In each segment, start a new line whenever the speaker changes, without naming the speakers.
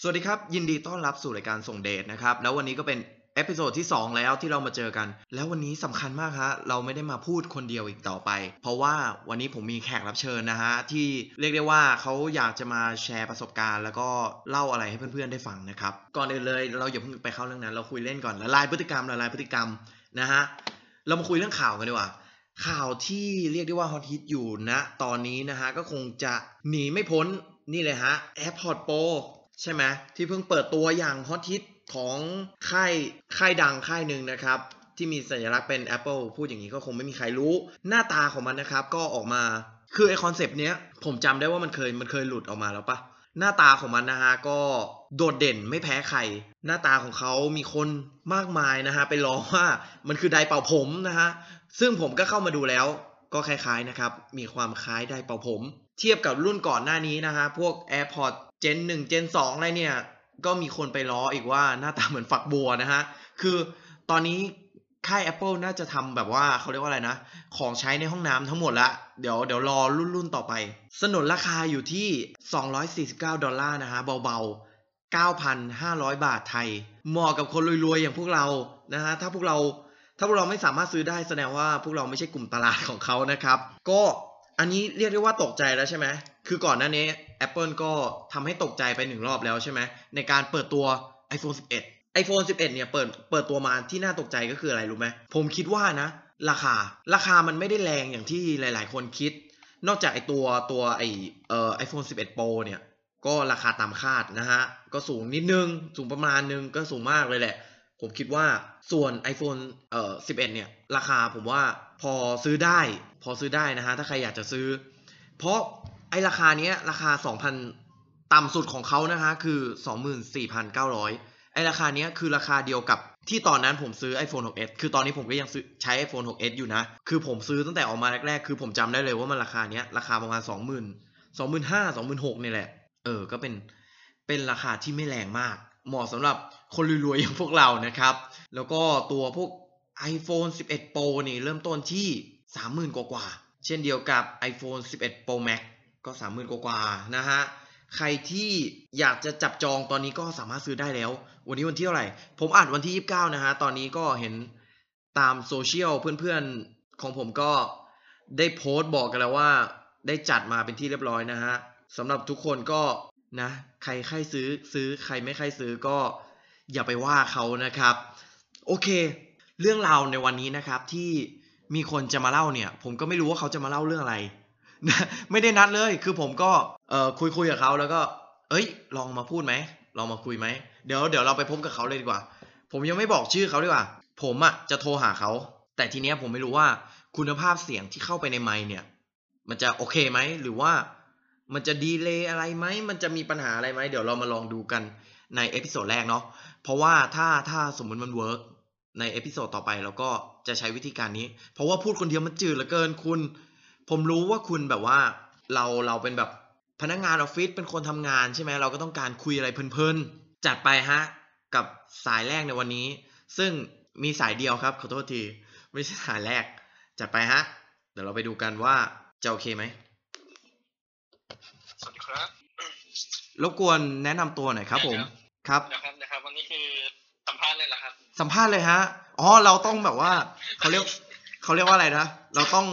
สวัสดีครับ ยินดีต้อนรับสู่รายการส่งเดทนะครับ แล้ววันนี้ก็เป็นเอพิโซดที่ 2 แล้วที่เรามาเจอกัน แล้ววันนี้สำคัญมากฮะเราไม่ได้มาพูดคนเดียวอีกต่อไป เพราะว่าวันนี้ผมมีแขกรับเชิญนะฮะที่เรียกได้ว่าเขาอยากจะมาแชร์ประสบการณ์ แล้วก็เล่าอะไรให้เพื่อนๆได้ฟังนะครับก่อนอื่นเลยเราอย่าเพิ่งไปเข้าเรื่องนั้น เราคุยเล่นก่อนละลายพฤติกรรมละลายพฤติกรรมนะฮะเรามาคุยเรื่องข่าวกันดีกว่า ข่าวที่เรียกได้ว่าฮอตฮิตอยู่นะตอนนี้นะฮะก็คงจะหนีไม่พ้นนี่เลยฮะ AirPod Pro ใช่ไหมที่เพิ่งเปิดตัวอย่างฮอตฮิตของค่ายค่ายดังค่ายหนึ่งนะครับ ที่มีสัญลักษณ์เป็น Apple พูดอย่างนี้ก็คงไม่มีใครรู้ หน้าตาของมันนะครับ ก็ออกมาคือไอคอนเซปต์เนี้ยผมจำได้ว่ามันเคยมันเคยหลุดออกมาแล้วปะ หน้าตาของมันนะฮะก็โดดเด่นไม่แพ้ใคร หน้าตาของเขามีคนมากมายนะฮะไปล้อว่ามันคือไดร์เป่าผมนะฮะ ซึ่งผมก็เข้ามาดูแล้วก็คล้ายๆนะครับ มีความคล้ายไดร์เป่าผม เทียบกับรุ่นก่อนหน้านี้นะฮะ พวก AirPods Gen 1 Gen 2 อะไรเนี่ย ก็มีคนไปล้ออีกว่าหน้าตาเหมือนฝักบัวนะฮะ คือตอนนี้ค่าย Apple น่าจะทำแบบว่าเขาเรียกว่าอะไรนะ ของใช้ในห้องน้ำทั้งหมดละ เดี๋ยวเดี๋ยวรอรุ่นรุ่นต่อไป สนนราคาอยู่ที่ 249 ดอลลาร์นะฮะ เบาๆ 9,500 บาทไทย เหมาะกับคนรวยๆ อย่างพวกเรานะฮะ ถ้าพวกเรา ถ้าพวกเราไม่สามารถซื้อได้แสดงว่าพวกเราไม่ใช่กลุ่มตลาดของเขานะครับ ก็อันนี้เรียกได้ว่าตกใจแล้วใช่ไหม คือก่อนหน้านี้ Apple ก็ทำให้ตกใจไปหนึ่งรอบแล้วใช่ไหม ในการเปิดตัว iPhone 11 iPhone 11 เนี่ยเปิดเปิดตัวมาที่น่าตกใจก็คืออะไรรู้ไหม ผมคิดว่านะ ราคา ราคามันไม่ได้แรงอย่างที่หลาย ๆ คนคิด นอกจากไอตัวตัวไอเอ่อ iPhone 11 Pro เนี่ย ก็ราคาตามคาดนะฮะ ก็สูงนิดนึง สูงประมาณนึง ก็สูงมากเลยแหละ ผมคิดว่าส่วน iPhone เอ่อ11 เนี่ย ราคาผมว่าพอซื้อได้ พอซื้อได้นะฮะ ถ้าใครอยากจะซื้อ เพราะไอราคาเนี้ย ราคา 2,000 ต่ำสุดของเขานะฮะ คือ 24,900 ไอราคาเนี้ยคือราคาเดียวกับที่ตอนนั้นผมซื้อ iPhone 6s คือตอนนี้ผมก็ยังซื้อใช้ iPhone 6s อยู่นะ คือผมซื้อตั้งแต่ออกมาแรกๆ คือผมจำได้เลยว่ามันราคาเนี้ย ราคาประมาณ 20,000 25,000 26,000เนี่ยแหละ เออ ก็เป็น เป็นราคาที่ไม่แรงมาก เหมาะสำหรับคนรวยๆ อย่างพวกเรานะครับ แล้วก็ตัวพวก iPhone 11 Pro นี่เริ่มต้นที่ 30,000 กว่ากว่าๆเช่นเดียวกับ iPhone 11 Pro Max ก็ 30,000 กว่ากว่าๆนะฮะ ใครที่อยากจะจับจองตอนนี้ก็สามารถซื้อได้แล้ว วันนี้วันที่เท่าไหร่ ผมอัดวันที่ 29 นะฮะ ตอนนี้ก็เห็นตามโซเชียลเพื่อนๆ ของผมก็ได้โพสต์บอกกันแล้วว่า ได้จัดมาเป็นที่เรียบร้อยนะฮะสำหรับทุกคนก็นะ ใครใครซื้อซื้อใครไม่ใครซื้อก็อย่าไปว่าเขานะครับ โอเค เรื่องราวในวันนี้นะครับที่มีคนจะมาเล่าเนี่ย ผมก็ไม่รู้ว่าเขาจะมาเล่าเรื่องอะไรนะ ไม่ได้นัดเลยคือผมก็เออคุยคุยกับเขาแล้วก็ เอ้ย ลองมาพูดไหมลองมาคุยไหมเดี๋ยวเดี๋ยวเราไปพบกับเขาเลยดีกว่า ผมยังไม่บอกชื่อเขาดีกว่า ผมอะ่ะจะโทรหาเขา แต่ทีเนี้ยผมไม่รู้ว่าคุณภาพเสียงที่เข้าไปในไมค์เนี่ย มันจะโอเคไหม หรือว่ามันจะดีเลย์อะไรไหม มันจะมีปัญหาอะไรไหม เดี๋ยวเรามาลองดูกันในเอพิโซดแรกเนาะ เพราะว่าถ้าถ้าสมมุติมันเวิร์กในเอพิโซดต่อไปเราก็จะใช้วิธีการนี้ เพราะว่าพูดคนเดียวมันจืดเหลือเกินคุณ ผมรู้ว่าคุณแบบว่า เราเราเป็นแบบพนักงานออฟฟิศเป็นคนทำงานใช่ไหมเราก็ต้องการคุยอะไรเพลินๆจัดไปฮะกับสายแรกในวันนี้ ซึ่งมีสายเดียวครับขอโทษทีไม่ใช่สายแรก จัดไปฮะ เดี๋ยวเราไปดูกันว่าจะโอเคไหม
สวัสดีครับ
รบกวนแนะนำตัวหน่อยครับ ผม ครับ
นะครับนะครับ วันนี้คือสัมภาษณ์เลยเหรอครับ
สัมภาษณ์เลยฮะ อ๋อ เราต้องแบบว่าเขาเรียกเขาเรียกว่าอะไรนะ เราต้อง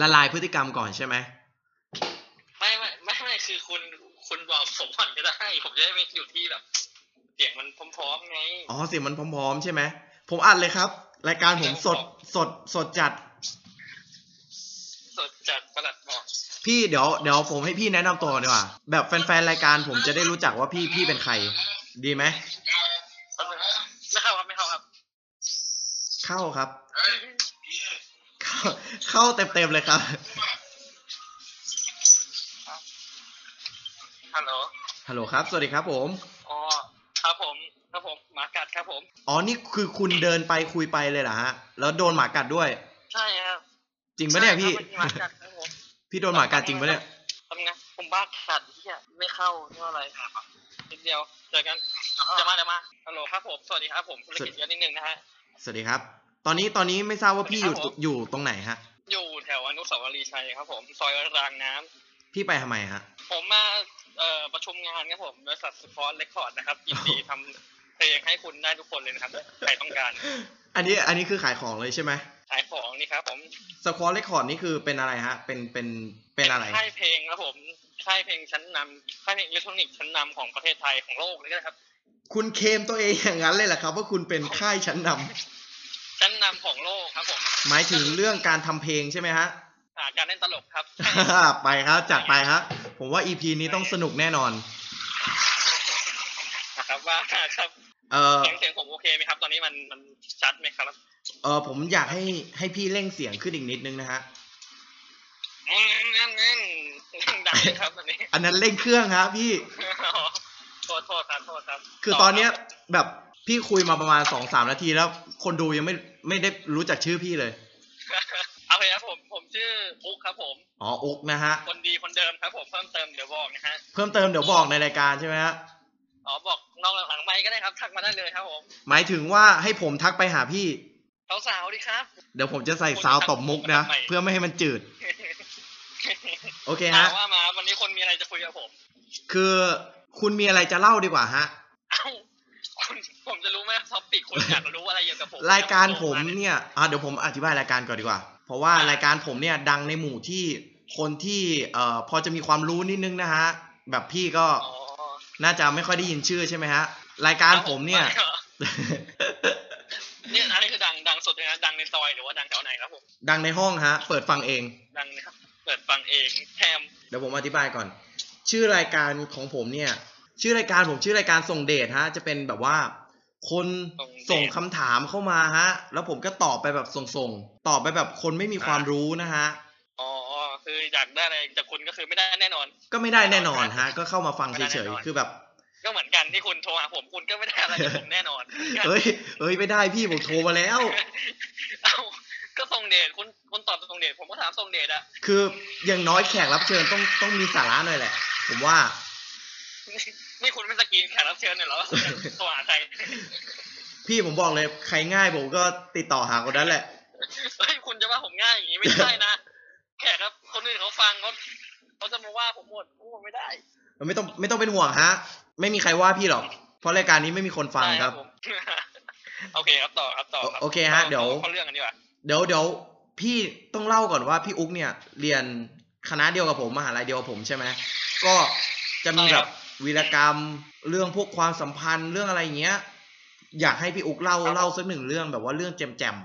ละลายพฤติกรรมก่อนใช่ไหม
ไม่ไม่ไม่ไม่คือคุณคุณบอกผมก่อนก็ได้ ผมจะได้ไม่อยู่ที่แบบ เสียงมันพร้อมๆไง
อ๋อเสียงมันพร้อมๆ ใช่ไหม ผมอัดเลยครับ รายการผมสดสดสดจัด
สดจัดประหลัดบอก
พี่เดี๋ยวเดี๋ยวผมให้พี่แนะนำตัวดีกว่า แบบแฟนๆ รายการผมจะได้รู้จักว่าพี่พี่เป็นใคร ดีไหม
แป๊บนึงครับไม่เข้าครับไม่เข้าครับ
เข้าครับ เข้าเข้าเต็มๆ เลยครับ
ฮัลโหล
ฮัลโหลครับ สวัสดีครับผม
อ๋อครับผมครับผมหมากัดครับผม
อ๋อ นี่คือคุณเดินไปคุยไปเลยเหรอฮะ แล้วโดนหมากัดด้วย
ใช่ครับ
จริงปะเนี่ยพี่
ใช่ครับหมากัดครับผม
พี่โดนหมากัดจริงปะเนี่ย
ทำไงผมบ้ากัดที่ไม่เข้าเท่าไหร่ครับนิดเดียวเจอกันเดี๋ยวมาเดี๋ยวมาฮัลโหลครับผมสวัสดีครับผมธุรกิจเยอะนิดนึงนะฮะ
สวัสดีครับ ตอนนี้ตอนนี้ไม่ทราบว่าพี่อยู่
ครับผม
อยู่ตรงไหนฮะ
อยู่แถวอนุสาวรีย์ชัยครับผมซอยรางน้ำ
พี่ไปทำไมฮะ
ผมมา เอ่อประชุมงานครับผมบริษัทสปอร์ตเรคคอร์ดนะครับยินดีทำเพลงให้คุณได้ทุกคนเลยนะครับใครต้องการ
อันนี้อันนี้คือขายของเลยใช่ไหม
ขายของนี่ครับผม
สควอเรคคอร์ดนี่คือเป็นอะไรฮะ เป็นเป็นเป็นอะไร
ค่ายเพลงครับผมค่ายเพลงชั้นนำค่ายเพลงอิเล็กทรอนิกส์ชั้นนำของประเทศไทยของโลกเลยก็ได้ครับ
คุณเคลมตัวเองอย่างนั้นเลยเหรอครับว่าคุณเป็นค่ายชั้นนำ
ชั้นนำของโลกครับผม
หมายถึงเรื่องการทำเพลงใช่ไหมฮะ
อ่าการเล่นตลกครับ
ไปครับจัดไปครับผมว่า EP นี้ต้องสนุกแน่นอน
นะครับว่าครับ
เออ
เสียงเสียงผมโอเคไหมครับ ตอนนี้มันมันชัดไหมครับ
เออผมอยากให้ให้พี่เร่งเสียงขึ้นอีกนิดนึงนะฮะ
นั่นนั่นดังเลยครับตอนนี้
อันนั้นเร่งเครื่องครับพี่
โทษโทษครับโทษครับ
คือตอนเนี้ยแบบพี่คุยมาประมาณสองสามนาทีแล้ว คนดูยังไม่ไม่ได้รู้จักชื่อพี่เลย
เอาเลยครับผม ผมชื่อปุ๊กครับผม
อ๋ออกนะฮะ
คนดีคนเดิมครับผมเพิ่มเติมเดี๋ยวบอกนะฮะ
เพิ่มเติมเดี๋ยวบอกในรายการใช่ไหมฮะ
อ๋อบอกนอกหลังไมค์ก็ได้ครับทักมาได้เลยครับผม
หมายถึงว่าให้ผมทักไปหาพี่
สาวๆดีครับ
เดี๋ยวผมจะใส่ซาวตบมุกนะ เพื่อไม่ให้มันจืด โอเคฮะ
ถามว่ามาวันนี้คนมีอะไรจะคุยกับผม
คือคุณมีอะไรจะเล่าดีกว่าฮะ
เอ้าคุณผมจะรู้ไหมท็อปิกคุณอยากรู้อะไรเกี่ยวกับผม
รายการผมเนี่ยอ่ะเดี๋ยวผมอธิบายรายการก่อนดีกว่า เพราะว่ารายการผมเนี่ยดังในหมู่ที่คนที่เอ่อพอจะมีความรู้นิดนึงนะฮะ แบบพี่ก็
อ๋อ
น่าจะไม่ค่อยได้ยินชื่อใช่ไหมฮะ รายการผมเนี่ย
เนี่ยอันนี้คือดังดังสุดเลยนะดังในซอยหรือว่าดังแถวไหนครับผม
ดังในห้องฮะ เปิดฟังเอง
ดังนะครับเปิดฟังเองแถม
เดี๋ยวผมอธิบายก่อน ชื่อรายการของผมเนี่ย ชื่อรายการผมชื่อรายการส่งเดทฮะ จะเป็นแบบว่า คนส่งคำถามเข้ามาฮะ แล้วผมก็ตอบไปแบบส่งๆตอบไปแบบคนไม่มีความรู้นะฮะ
อ๋อคืออยากได้อะไรจากคุณก็คือไม่ได้แน่นอน
ก็ไม่ได้แน่นอนฮะ ก็เข้ามาฟัง
ไม่ได้
เฉย
แน่นอน
ๆ คือแบบ
ก็เหมือนกันที่คุณโทรหาผมคุณก็ไม่ได้อะไรจากผมแน่นอน
เฮ้ย เฮ้ย ไม่ได้พี่ผมโทรมาแล้ว
เอ้าก็ส่งเดทคุณคุณตอบส่งเดทผมก็ถามส่งเดทอะ
คืออย่างน้อยแขกรับเชิญต้องต้องมีสาระหน่อยแหละ ผมว่า
นี่คุณเป็นสกรีนแขกรับเชิญเนี่ยเหรอคุณจะโทรหาใคร
พี่ผมบอกเลยใครง่ายผมก็ติดต่อหาคนนั้นแหละ
เฮ้ยคุณจะว่าผมง่ายอย่างนี้ไม่ได้นะแขกครับคนอื่นเขาฟังเขาเขาจะมาว่าผมหมดพูดไม่ได้
ไม่ต้องไม่ต้องเป็นห่วงฮะ ไม่มีใครว่าพี่หรอก เพราะรายการนี้ไม่มีคนฟัง
ได้
ครับ
ผม โอเคครับต่อครับต่อรับ
โอเคฮะเดี๋ยว
เข้าเรื่องกันดีกว่า
เดี๋ยวเดี๋ยวพี่ต้องเล่าก่อนว่าพี่อุ๊กเนี่ย เรียนคณะเดียวกับผมมหาลัยเดียวกับผมใช่ไหมก็จะมีแบบวีรกรรมเรื่องพวกความสัมพันธ์เรื่องอะไรอย่างเงี้ย อยากให้พี่อุ๊กเล่า
ครับ
เล่าสักหนึ่งเรื่องแบบว่าเรื่องแจมแจม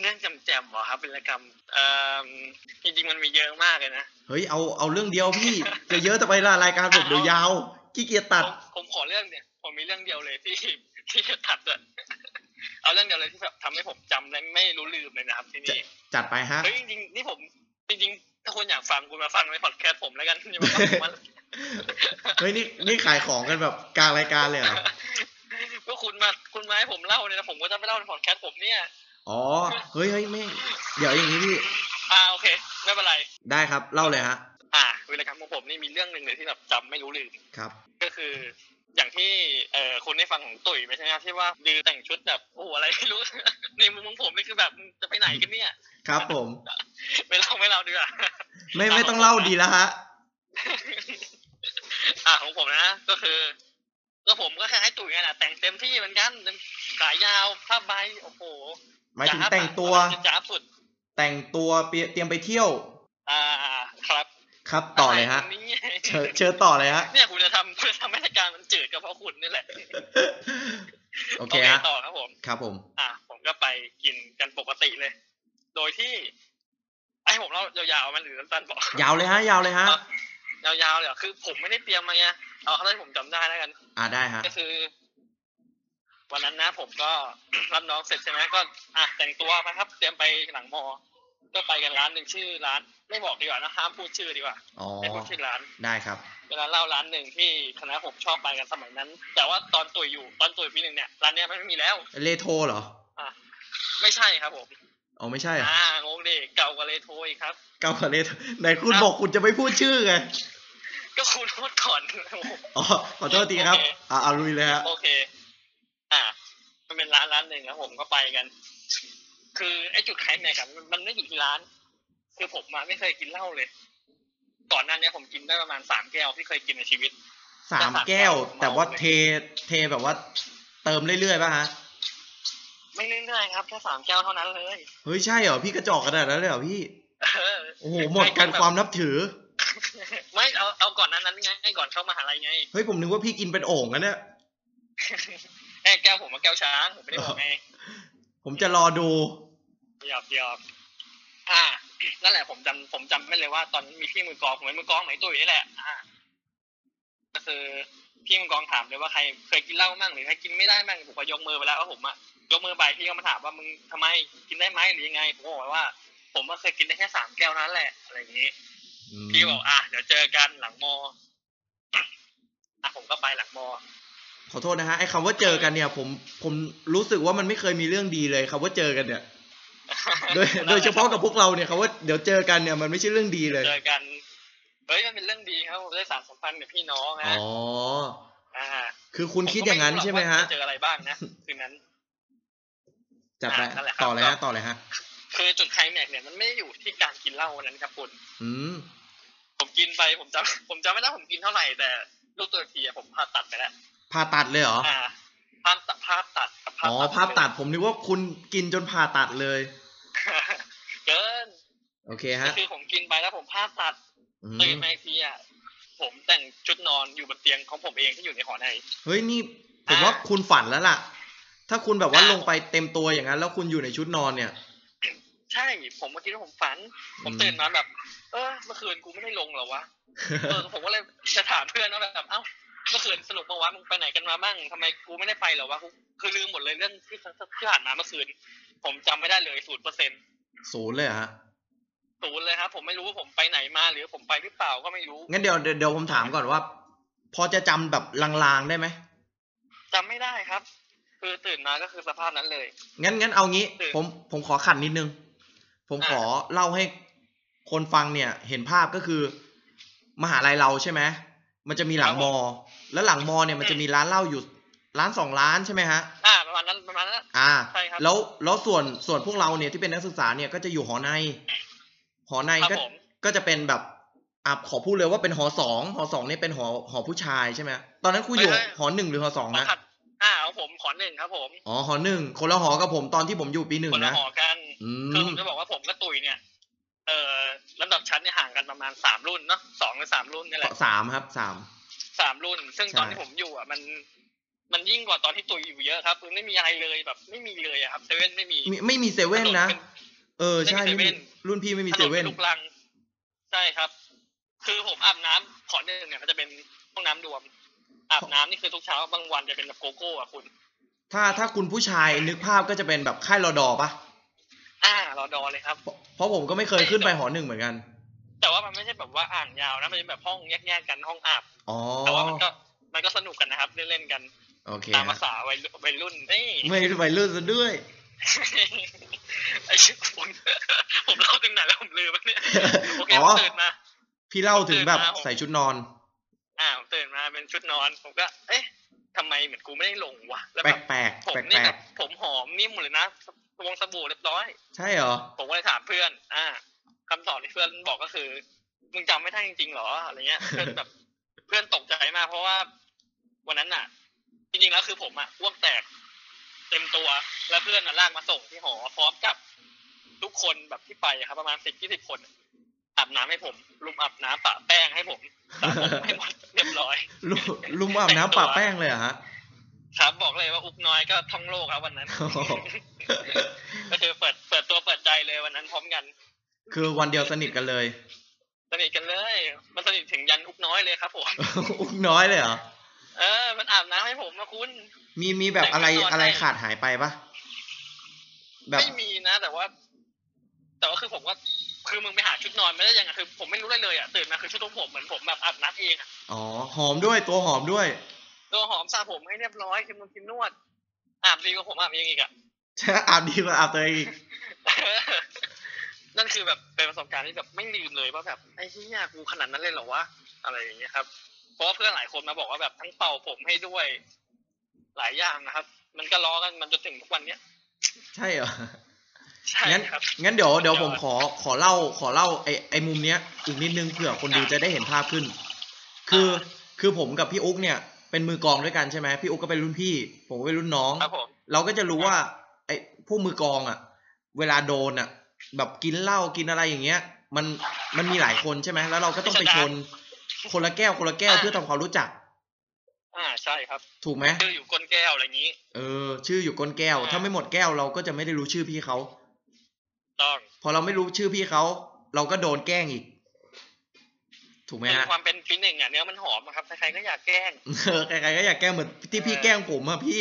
เรื่องจำแจมเหรอครับเป็นรายกรรมเอ่อจริงๆมันมีเยอะมากเลยนะ
ๆเฮ้ยเอาเอาเรื่องเดียวพี่ จะเยอะแต่ไปละรายการผมเดี๋ยวยาวขี้เกียจตัด
ผมผมขอเรื่องเนี่ย ผมมีเรื่องเดียวเลยที่ที่จะตัดเลย เอาเรื่องเดียวเลยที่แบบทำให้ผมจำและไม่รู้ลืมเลยนะครับที่นี่
จัดไปฮะ
เฮ้ยจริงๆนี่ผมจริงๆ ถ้าคุณอยากฟังคุณมาฟังในพอดแคสต์ผมแล้วกัน อย่ามาฟังผมว่า
เฮ้ยนี่นี่ขายของกันแบบกลางรายการเลยเหรอ
ก็คุณมาคุณมาให้ผมเล่าเนี่ยนะผมก็จะไม่เล่าในพอดแคสต์ผมเนี่ย
อ๋อเฮ้ยเฮ้ยไม่เดี๋ยวอย่างนี้พี่
อ่าโอเคไม่เป็นไร
ได้ครับเล่าเลยฮะ
อ่าวีรกรรมของผมนี่มีเรื่องหนึ่งเลยที่แบบจำไม่รู้ลืม
ครับ
ก็คืออย่างที่เอ่อคุณได้ฟังของตุ๋ยไปใช่ไหมครับที่ว่าดือแต่งชุดแบบโอ้โหอะไรไม่รู้ ในมุมของผมนี่คือแบบมึงจะไปไหนกันเนี่ย
ครับผม
ไม่เล่าไม่เล่าดีกว่า
ไม่ไม่ต้องเล่าดีแล้วฮะ
อ่าของผมนะ ก็คือ ก็ผมก็แค่ให้ตุ๋ยนั่นแหละแต่งเต็มที่เหมือนกันขายาวผ้าใบโอ้โห
หมายถึง
จ๊บอะ
แต่งตัว
จ้าบสุด
แต่งตัวเปียเตรียมไปเที่ยว
อ่าครับ
ครับต่อเลยฮะ
นี่
เชิญเชิญต่อเลยฮะ
เนี่ยคุณจะทำคุณจะทำให้รายการมันจืดก็เพราะคุณนี่แหละ
โอเคฮะ
ต่อครับผม
ครับผม
อ่ะผมก็ไปกินกันปกติเลย โดยที่ไอ้ผมเล่ายาวๆมันหรือสั้นๆบอก
ยาวเลยฮะ ยาวเลยฮะ
ยาวๆเลยเหรอคือผมไม่ได้เตรียมมาไงเอาเท่าที่ผมจำได้แล้วกัน
อ่าได้ฮะ
ก็คือ วันนั้นนะผมก็ รับน้องเสร็จใช่ไหมก็อ่ะแต่งตัวมาครับ เตรียมไปหลังมอ ก็ไปกันร้านหนึ่งชื่อร้าน ไม่บอกดีกว่านะห้ามพูดชื่อดีกว่า
อ๋อ
ไม่พูดชื่อร้าน
ได้ครับ
เป็นร้านเหล้าร้านหนึ่งที่คณะผมชอบไปกันสมัยนั้น แต่ว่าตอนตัวอยู่ตอนตัวปีหนึ่งเนี่ยร้านเนี้ยมันไม่มีแล้ว
เลโทรเหรอ
อ่ะไม่ใช่ครับผม
อ๋อไม่ใช่เหรอ
อ่างงดิเก่ากว่าเลโทอีกครับ
เก่ากว่าเลโทรไหนคุณบอกคุณจะไม่พูดชื่อไง
ก็คุณพูดก่อน
อ๋อ ขอโทษทีครับ อ่าเอาลุยเลยฮะ
โอเค อ่า มันเป็นร้านร้านหนึ่งครับผมก็ไปกัน คือไอ้จุดไฮแม็กอะมันมันไม่อยู่ที่ร้าน คือผมมาไม่เคยกินเหล้าเลย ก่อนหน้านี้ผมกินได้ประมาณสามแก้วที่เคยกินในชีวิต
สามแก้ว แต่ว่าเทเทแบบว่าเติมเรื่อยๆป่ะฮะ
ไม่เรื่อยๆครับแค่สามแก้วเท่านั้นเลย
เฮ้ยใช่เหรอพี่กระจอกขนาดนั้นเลยเหรอพี่
เออ
โอ้โหหมดการความนับถือ
ไม่เอาเอาก่อนหนั้นนั้นไงไอ้ก่อนเข้ามหาลัยไง
เฮ้ยผมนึกว่าพี่กินเป็นโอ่งนะเนี่ย
ไอ้แก้วผมมาแก้วช้างผมไม่ได้บอกไง
ผมจะรอดู
หยอกหยอกอ่า นั่นแหละผมจำผมจำไม่เลยว่าตอนนั้นมีพี่มือกลองผมเป็นมือกลองไหมตุ้ยนี่แหละ อ่า ก็คือพี่มือกลองถามเลยว่าใครเคยกินเหล้ามั่งหรือใครกินไม่ได้มั่งผมก็ยกมือไปแล้วว่าผมอะยกมือไปพี่ก็มาถามว่ามึงทำไมกินได้ไหมหรือยังไงผมก็บอกว่า ผมก็เคยกินได้แค่สามแก้วนั้นแหละอะไรอย่างนี้
อืม
พี่ก็บอกอ่ะเดี๋ยวเจอกันหลังมออ่ะผมก็ไปหลังมอ
ขอโทษนะฮะไอ้คำว่าเจอกันเนี่ย ผมผมรู้สึกว่ามันไม่เคยมีเรื่องดีเลยคำว่าเจอกันเนี่ย โดยโดยเฉพาะกับพวกเราเนี่ยคำว่าเดี๋ยวเจอกันเนี่ยมันไม่ใช่เรื่องดีเลย
เจอกันเฮ้ยมันเป็นเรื่องดีครับผมได้สารสัมพันธ์กับพี่น้องนะ
อ๋อ
อ่า
คือคุณคิดอย่างนั้นใช่ไหมฮะ
ผมก็รู้รอกว่าจเจออะไรบ้างนะคืนนั้น
จัดไป
นั่นแหละครับ
ต่อเลยฮะต่อเลยฮะ
คือจุดไคลแม็กซ์เนี่ยมันไม่ได้อยู่ที่การกินเหล้าวันนั้นครับคุณ
อืม
ผมกินไปผมจำผมจำไม่ได้ผมกินเท่าไหร่แต่ลูกตัวทีอะผมผ่าตัดไปแล้ว
ผ่าตัดเลยเหรอ
อ่าภาพตัดภาพตัดกับ
อ๋อผ่าตัดผมนึกว่าคุณกินจนผ่าตัดเลย
เกิน
โอเคฮะ
คือผมกินไปแล้วผมผ่าตัด
อืม
ตื่นมาอีกทีอ่ะผมแต่งชุดนอนอยู่บนเตียงของผมเองที่อยู่ในหอใน
เฮ้ยนี่ผมว่าคุณฝันแล้วล่ะ ถ้าคุณแบบว่าลงไปเต็มตัวอย่างนั้น แล้วคุณอยู่ในชุดนอนเนี่ย
ใช่ผมเมื่อกี้ที่าผมฝัน ผมตื่นมาแบบ เออเมื่อคืนกูไม่ได้ลงเหรอวะ เออผมก็เลยจะถามเพื่อนว่าแบบเอ้าเมื่อคืนสนุกปะวะมึงไปไหนกันมาบ้างทำไมกูไม่ได้ไปเหรอวะกูคือลืมหมดเลยเรื่องที่ที่ผ่านมาเมื่อคืน ผมจำไม่ได้เลยศูนย์เปอร์เซ็น
ศูนย์เลยเหรอฮะ
ศูนย์เลยครับผมไม่รู้ว่าผมไปไหนมาหรือผมไปหรือเปล่าก็ไม่รู้
งั้นเดี๋ยวเดี๋ยวเดี๋ยวผมถามก่อนว่า พอจะจำแบบลางๆได้ไหม
จำไม่ได้ครับ คือตื่นมาก็คือสภาพนั้นเลย
งั้นงั้นเอางี้
อืม
ผมผมขอขัดนิดนึง ผม
อ่า
ขอเล่าให้คนฟังเนี่ย เห็นภาพก็คือ มหาลัยเราใช่ไหมมันจะมีหลังมอ แล้วหลังมอเนี่ยมันจะมีร้านเหล้าอยู่ร้านสองร้านใช่ไหมฮะ
อ่า ประมาณนั้นประมาณนั้น
อ่า
ใช่ครับ
แล้วแล้วส่วนส่วนพวกเราเนี่ยที่เป็นนักศึกษาเนี่ยก็จะอยู่หอใน หอใน
ครับ
ก็
ผม
ก็จะเป็นแบบอ่ะขอพูดเลยว่าเป็นหอสองหอสองเนี่ยเป็นหอหอผู้ชายใช่ไหมตอนนั้นครูอยู่หอหนึ่งหรือหอสอง
ขอ
นะ
ถัดอ่าเอาผมขอหนึ่งครับ ผม
อ๋อหอหนึ่งคนละหอกับผมตอนที่ผมอยู่ปีหนึ่ง
คนละ
นะ
หอกัน
อื
คือผม มจะบอกว่าผมกับตุ๋ยเนี่ย เอ่อลำดับชั้นเนี่ยห่างกันประมาณสามรุ่นเนาะสองหรือสามรุ่นนี่แหละ
สามครับสาม
สามรุ่น ซึ่งตอน
ใช่
ที่ผมอยู่อ่ะมัน มันยิ่งกว่าตอนที่ตุยอยู่เยอะครับคือไม่มีอะไรเลยแบบ ไม่มีเลยอะครับเซเว่นไม่มี
มีไม่มีเซเว่นนะ เออใช่
ไม่
ไม่มี
มีเซเว่น
รุ่นพี่ไม่มี
ถ
เซ
นน
เว่น
เป็นลูกรัง ใช่ครับ คือผมอาบน้ำขอหนึ่งเนี่ยมันจะเป็นห้องน้ำรวม อาบน้ำนี่คือทุกเช้าบางวันจะเป็นแบบโกโก้อะคุณ
ถ้าถ้าคุณผู้ชายนึกภาพก็จะเป็นแบบค่ายรอดอปะ
อ่ารอดอเลยครับ
เพราะเพราะผมก็ไม่เคยขึ้นไปหอหนึ่งเหมือนกัน
แต่ว่ามันไม่ใช่แบบว่าอ่างยาวนะมันเป็นแบบห้องแยกๆกันห้องอาบ
อ๋อ
แต่ว่ามันก็มันก็สนุกกันนะครับเล่นๆกัน
โอเค
ตามภา
ฮะ
ษาวัยรุ่นวัยรุ่นนี่
ไม่ไปเลื่อนซะด้วย
ไอ้ชิบผม ผมเล่าถึงไหนแล้วผมลืมแล้วเนี่ยโอเค
อ๋
ผม
อ
ตื่นมา
พี่เล่าถึงแบบ
ตื่นมา
ใส่ชุดนอน
อ่าผมตื่นมาเป็นชุดนอน ผมก็ เอ๊ะทำไมเหมือนกูไม่ได้ลงวะแล้ว
แปล
แบบ
กแปลก
ผม
แปลก
นี่
แปล
แบ
ก
บผมหอมนิ่มเลยนะวงสบู่เรียบร้อย
ใช่เหรอ
ผมก็เลยถามเพื่อน อ่าคำตอบที่เพื่อนบอกก็คือ มึงจำไม่ได้จริงๆหรออะไรเงี้ย เพื่อนแบบ เพื่อนตกใจมากเพราะว่า วันนั้นน่ะ จริงๆแล้วคือผมอ่ะอ้วกแตก เต็มตัว แล้วเพื่อนน่ะลากมาส่งที่หอพร้อมกับทุกคนแบบที่ไปอะครับ ประมาณสิบยี่สิบคนอาบน้ำให้ผมลุมอาบน้ำปะแป้งให้ผมสระผมให้หมด เรียบร้อย
ลุมลุมอาบน้ำปะแป้งเลยเหรอฮะ
ครับบอกเลยว่าอุกน้อยก็ท่ องโลกครับวันนั้น ก็คือเปิดเปิดตัวเปิดใจเลยวันนั้นพร้อมกัน
คือวันเดียวสนิทกันเลย
สนิทกันเลย มันสนิทถึงยันอุกน้อยเลยครับผม
อุ้งน้อยเลยเหรอ
เออ มันอาบน้ำให้ผมนะคุณ
มีมีแบบอะไร
แต่งชุดนอน
อะไร
ให้
ขาดหายไปปะแบบ
ไม่มีนะ แต่ว่า แต่ว่าคือผมก็คือมึงไปหาชุดนอนไม่ได้ยังไงคือผมไม่รู้ได้เลยอ่ะตื่นมาคือชุดของผมเหมือนผมแบบอาบน้ำเองอ่ะ
อ๋อหอมด้วยตัวหอมด้วย
ตัวหอมสระผมให้เรียบร้อยครีมนวดครีมนวด อาบดีกว่าผมอาบเองอีกอ่ะ
ใช่อาบดีกว่าอาบตัวเองอีก
นั่นคือแบบเป็นประสบการณ์ที่แบบไม่ลืมเลยว่าแบบไอ้ที่ยกูขนาดนั้นเลยเหรอวะอะไรอย่างเงี้ยครับ เพราะว่าเพื่อนหลายคนมาบอกว่าแบบทั้งเป่าผมให้ด้วย หลายอย่างนะครับ มันก็ล้อกันมันจนถึงทุกวันเนี้ย
ใช่เหรอ
ใช่
งั้น
ครับ
งั้นเดี๋ยวเดี๋ยว
สุดย
ผ
อด
มขอขอเล่าขอเล่าไอไอมุมเนี้ยอีกนิดนึงเผื่อคนดู
อ่ะ
จะได้เห็นภาพขึ้น คืออา คือผมกับพี่อุ๊กเนี่ยเป็นมือกลองด้วยกันใช่ไหมพี่อุ๊กก็เป็นรุ่นพี่ ผมก็เป็นรุ่นน้อง
ครับผม
เราก็จะรู้ว่า ไอ้พวกมือกลองอ่ะ เวลาโดนอ่ะ แบบกินเหล้ากินอะไรอย่างเงี้ย มันมันมีหลายคนใช่ไหมแล้วเราก็ต้องไปชน คนละแก้วคนละแก้ว
อ่ะ
เพื่อทำความรู้จัก
อ่าใช่ครับ
ถูกไหม
ชื่ออยู่ก้นแก้วอะไรอย่างนี้
เออ ชื่ออยู่ก้นแก้ว
อ่ะ
ถ้าไม่หมดแก้วเราก็จะไม่ได้รู้ชื่อพี่เขา
ต้อง
พอเราไม่รู้ชื่อพี่เขาเราก็โดนแกล้งอีก ถูกไหม
คือ
ฮะ
ความเป็นฟินหนึ่งอ่ะเนื้อมันหอมอะครับใครๆก็อยากแกล้ง
เออใครๆก็อยากแกล้งเหมือนที่พี่แกล้งผมอะพี่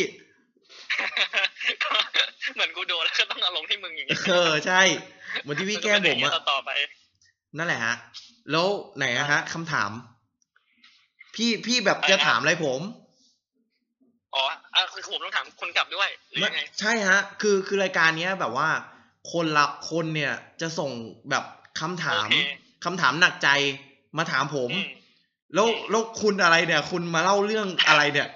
ก็ เหมือนกูโดนแล้วก็ต้องเอาลงที่มึงอย่างเงี้ย
เออใช่ เหมือนที่พี่แกล้งผมอะ
นเป็นย่างเงี้ยต่อๆไป
นั่นแหละฮะ แล้วไหนอะฮะคำถาม พี่พี่แบบจะถามอะไรผม
อ๋ออ่ะคือผมต้องถามคนกลับด้วยหรือยังไง
ใช่ฮะ คือคือรายการเนี้ยแบบว่า คนละคนเนี่ยจะส่งแบบคำถาม
โอเค
คำถามหนักใจมาถามผม
อืม
แล้ว
อืม
แล้วคุณอะไรเนี่ย คุณมาเล่าเรื่องอะไร เนี่ย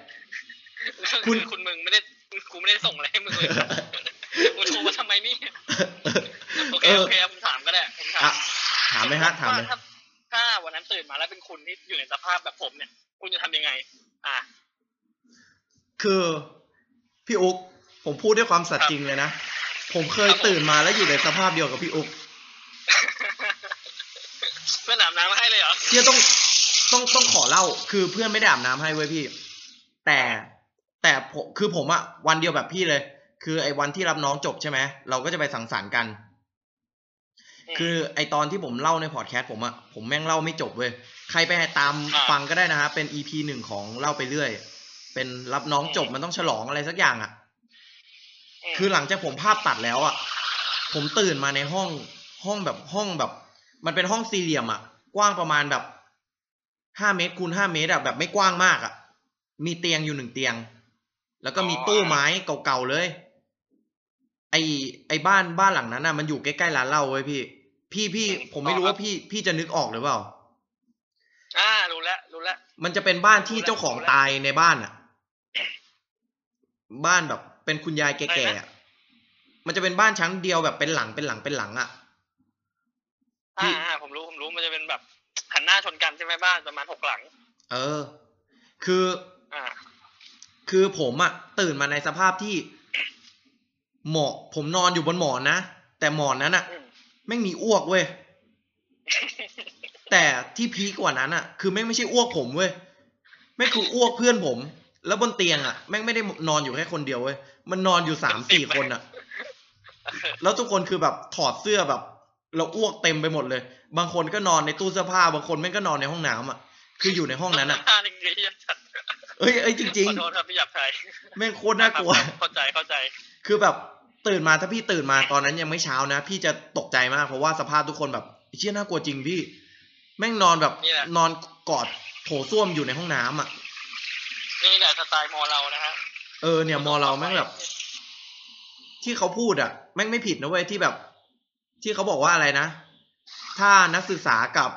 คุ
คุณ ณคุณมึงไม่ได้กูไม่ได้ส่งอะไรให้มึงเลยครับกูโทรมาทำไมนี่โอเค
เออ
โอเคผมถามก็ได้ผมถา
อ่ะ
ม
ถามเลยฮะ ถามเลย
ว่ถ้ถ้าวันนั้นตื่นมาแล้วเป็นคุณที่อยู่ในสภาพแบบผมเนี่ย คุณจะทำยังไง อ่ะ
คือพี่อุ๊กผมพูดด้วยความสัตย์จริงเลยนะ ผมเคย
ครับผม
ตื่นมาแล้วอยู่ในสภาพเดียวกับพี่อุ๊ก
เพื่อนอาบน้ำมาให้เลยเหรอ
เที่ยต้องต้องต้องขอเล่า คือเพื่อนไม่ได้อาบน้ำให้เว้ยพี่ แต่แต่ผมคือผมอะวันเดียวแบบพี่เลย คือไอ้วันที่รับน้องจบใช่ไหมเราก็จะไปสังสรรค์กัน
ม
คือไอตอนที่ผมเล่าในพอดแคสต์ผมอะผมแม่งเล่าไม่จบเว้ยใครไปตาม
อ่า
ฟังก็ได้นะฮะเป็น EP หนึ่งของเล่าไปเรื่อย เป็นรับน้องจบ
อืม
มันต้องฉลองอะไรสักอย่างอะ
ม
คือหลังจากผมภาพตัดแล้วอ่ะ ผมตื่นมาในห้องห้องแบบห้องแบบ มันเป็นห้องสี่เหลี่ยมอ่ะ กว้างประมาณแบบห้าเมตรคูณห้าเมตรอ่ะแบบไม่กว้างมากอ่ะ มีเตียงอยู่หนึ่งเตียง แล้วก็มีตู้ไม้เก่าๆเลย ไอไอบ้านบ้านหลังนั้นน่ะ มันอยู่ใกล้ๆร้านเหล้าเว้ยพี่ พี่พี่ผมไม่รู้ว่าพี่พี่จะนึกออกหรือเปล่า
อ่ารู้แล้วรู้แล้ว
มันจะเป็นบ้านที่เจ้าของตายในบ้านอ่ะ บ้านแบบเป็นคุณยายแก่ๆอะมันจะเป็นบ้านชั้นเดียวแบบเป็นหลังเป็นหลังเป็นหลังอ่ะ ที่
อ่าอ่าผมรู้ผมรู้มันจะเป็นแบบหันหน้าชนกันใช่ไหมบ้านประมาณหกหลัง
เออ คือ
อ่า
คือผมอ่ะ ตื่นมาในสภาพที่หมอนผมนอนอยู่บนหมอนนะ แต่หมอนนั้นอ่ะ
อืม
แม่งมีอ้วกเว้ย แต่ที่พีคกว่านั้นอ่ะ คือแม่งไม่ใช่อ้วกผมเว้ยแม่งคืออ้วกเพื่อนผม แล้วบนเตียงอ่ะแม่งไม่ได้นอนอยู่แค่คนเดียวเว้ยมันนอนอยู่สามสี่คนอ่ะ แล้วทุกคนคือแบบถอดเสื้อแบบเราอ้วกเต็มไปหมดเลย บางคนก็นอนในตู้เสื้อผ้า บางคนแม่งก็นอนในห้องน้ำอ่ะ คืออยู่ในห้องนั้นอ่ะ
ห้าหนึ่งเดียว
เอ้ยเอ้ยจริง
ขอโทษครับพี่หยาบไทย
ๆแม่งโคตรน่ากลัว
ครับเข้าใจเข้าใจ
คือแบบตื่นมาถ้าพี่ตื่นมาตอนนั้นยังไม่เช้านะ พี่จะตกใจมากเพราะว่าสภาพทุกคนแบบเชี่ยน่ากลัวจริงพี่ แม่งนอนแบบ
นี่แหละ
นอนกอดโถส้วมอยู่ในห้องน้ำอ่ะ
นี่แหละสไตล์มอเรานะฮะ
เออเนี่ยมอเราแม่งแบบ ที่เขาพูดอ่ะ แม่งไม่ผิดนะเว้ยที่แบบ ที่เขาบอกว่าอะไรนะ ถ้านักศึกษากับ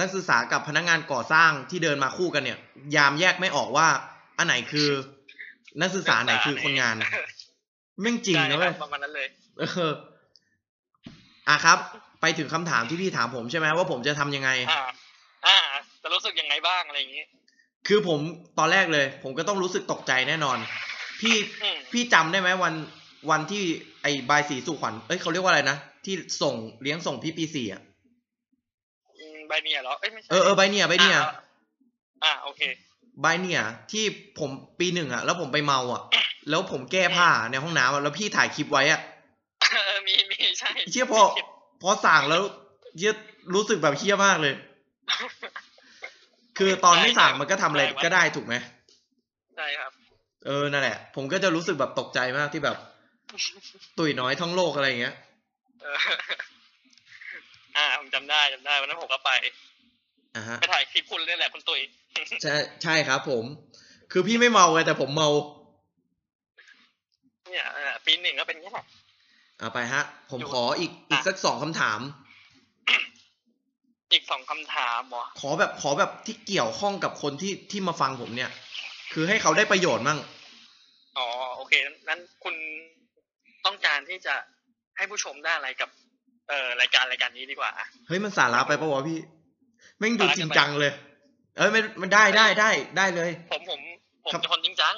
นักศึกษากับพนักงานก่อสร้างที่เดินมาคู่กันเนี่ย ยามแยกไม่ออกว่า อันไหนคือ นักศึกษาไหนคือคนงานแม่งจริง
ใช่
นะ
ค
เว้
บ
ย
ประมาณนั้นเลย
เอออ่ะครับ ไปถึงคำถามที่พี่ถามผมใช่ไหมว่าผมจะทำยังไง
อ่า อ่าจะรู้สึกยังไงบ้างอะไรอย่างนี้
คือผมตอนแรกเลย ผมก็ต้องรู้สึกตกใจแน่นอน พี่
อืม
พี่จำได้ไหมวันวันที่ไอ้บายสีสุขวัญเอ้ยเขาเรียกว่าอะไรนะที่ส่งเลี้ยงส่งพี่ปีสี่อ่ะ
อืมใบเนียเหรอเอ้ยไม่ใช่
เออเออใบเนี่ยใบเนี่ย
อ่าอ่าโอเค
ใบเนี่ย ที่ผมปีหนึ่งอ่ะ แล้วผมไปเมาอ่ะ แล้วผมแก้ผ้าในห้องน้ำอะแล้วพี่ถ่ายคลิปไว้อ่ะ
เออมีมีใช่
เชี่ยพอพอสั่งแล้วเชี่ยรู้สึกแบบเชี่ยมากเลย คือตอนไม่สั่งมันก็ทำอะไรก็ได้ถูกไหม
ใช่ครับ
เออ นั่นแหละ ผมก็จะรู้สึกแบบตกใจมากที่แบบ ตุ๋ยน้อยท่องโลกอะไรอย่างเงี้ย
เอ ออ่าผมจำได้จำได้วันนั้นผมก็ไป
อ่ะฮะ
ไปถ่ายคลิปคุณนี่แหละคุณตุ้ย
ใช่ ใช่ครับผม คือพี่ไม่เมาไงแต่ผมเมา
เนี่ยเออปีหนึ่งก็เป็นเงี้ยแหละ
อ่ะไปฮะ ผม
อยู่
ขออีก อีก
อ่ะ
สักสองคำถาม
อีกสองคำถามเหรอ
ขอแบบ ขอแบบที่เกี่ยวข้องกับคนที่ ที่มาฟังผมเนี่ย คือให้เขาได้ประโยชน์มั่ง
อ๋อโอเค นั้นคุณต้องการที่จะให้ ให้ผู้ชมได้อะไรกับ เอ่อรายการรายการนี้ดีกว่าอ่ะ
เฮ้ยมันสาระไปปะวะพี่แม่งดูจริงจังเลย เอ้ยมันมันได้ได้ได้ได้เลย
ผมผมผม
ครับ
เป็นคนจริงจัง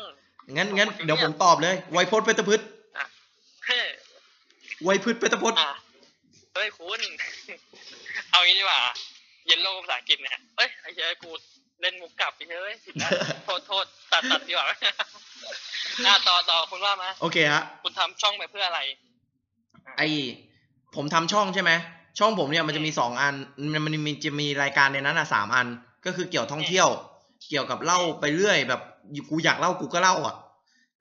งั้นงั้นเดี๋ยวผมตอบเลยไวยพจน์เพชรพฤษ
เฮ้ย
ไวยพฤษเพชรพฤษ
อ่ะเฮ้ยคุณ เอางี้ดีกว่า เยนโลภาษาอังกฤษเนี่ยเอ้ยไอ้เหี้ยกูเล่นมุกกลับไปเฮ้ยผิดนะโทษโทษตัดตัดดีกว่า อ่ะต่อต่อคุณว่ามา
โอเคฮะ
คุณทำช่องไปเพื่ออะไร
ไอผมทำช่องใช่ไหมช่องผมเนี่ยมันจะมีสองอันมันมันมีจะมีรายการในนั้นอ่ะสามอัน ก็คือเกี่ยวท่องเที่ยว เกี่ยวกับเล่าไปเรื่อยแบบกูอยากเล่ากูก็เล่าอ่ะ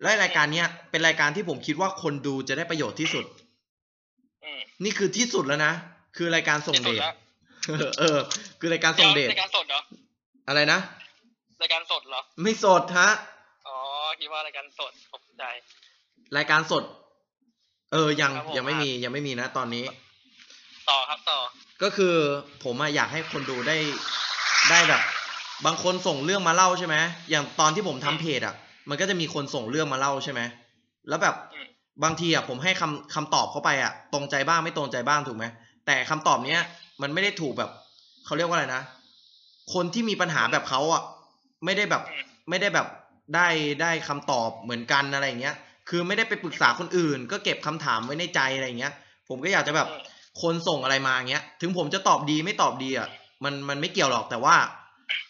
และรายการเนี้ยเป็นรายการที่ผมคิดว่าคนดูจะได้ประโยชน์ที่สุด
อืม
นี่คือที่สุดแล้วนะ คือรายการส่ง
ที่
เด
สุด
ท
แล้ว
เออ คือรายการส่งเด
เดี๋ยว
ท
รายการสดเหรอ
อะไรนะ
รายการสดเหรอ
ไม่สดฮะ
อ๋อคิดว่ารายการสดตกใจ
รายการสด เออยัง
ครับผม
ยังไม่มียังไม่มีนะตอนนี้
ต่อครับต่อ
ก็คือผมอะอยากให้คนดูได้ได้แบบ บางคนส่งเรื่องมาเล่าใช่ไหมอย่างตอนที่ผมทำเพจอะมันก็จะมีคนส่งเรื่องมาเล่าใช่ไหมแล้วแบบ
อืม
บางทีอะผมให้คำคำตอบเข้าไปอะตรงใจบ้างไม่ตรงใจบ้างถูกไหมแต่คำตอบเนี้ยมันไม่ได้ถูกแบบเขาเรียกว่าอะไรนะ คนที่มีปัญหาแบบเขาอะไม่ได้แบบ
อืม
ไม่ได้แบบได้ได้คำตอบเหมือนกันอะไรอย่างเงี้ย คือไม่ได้ไปปรึกษาคนอื่น ก็เก็บคำถามไว้ในใจอะไรอย่างเงี้ย ผมก็อยากจะแบบ
อืม
คนส่งอะไรมาอย่างเงี้ย ถึงผมจะตอบดีไม่ตอบดีอ่ะ มันมันไม่เกี่ยวหรอกแต่ว่า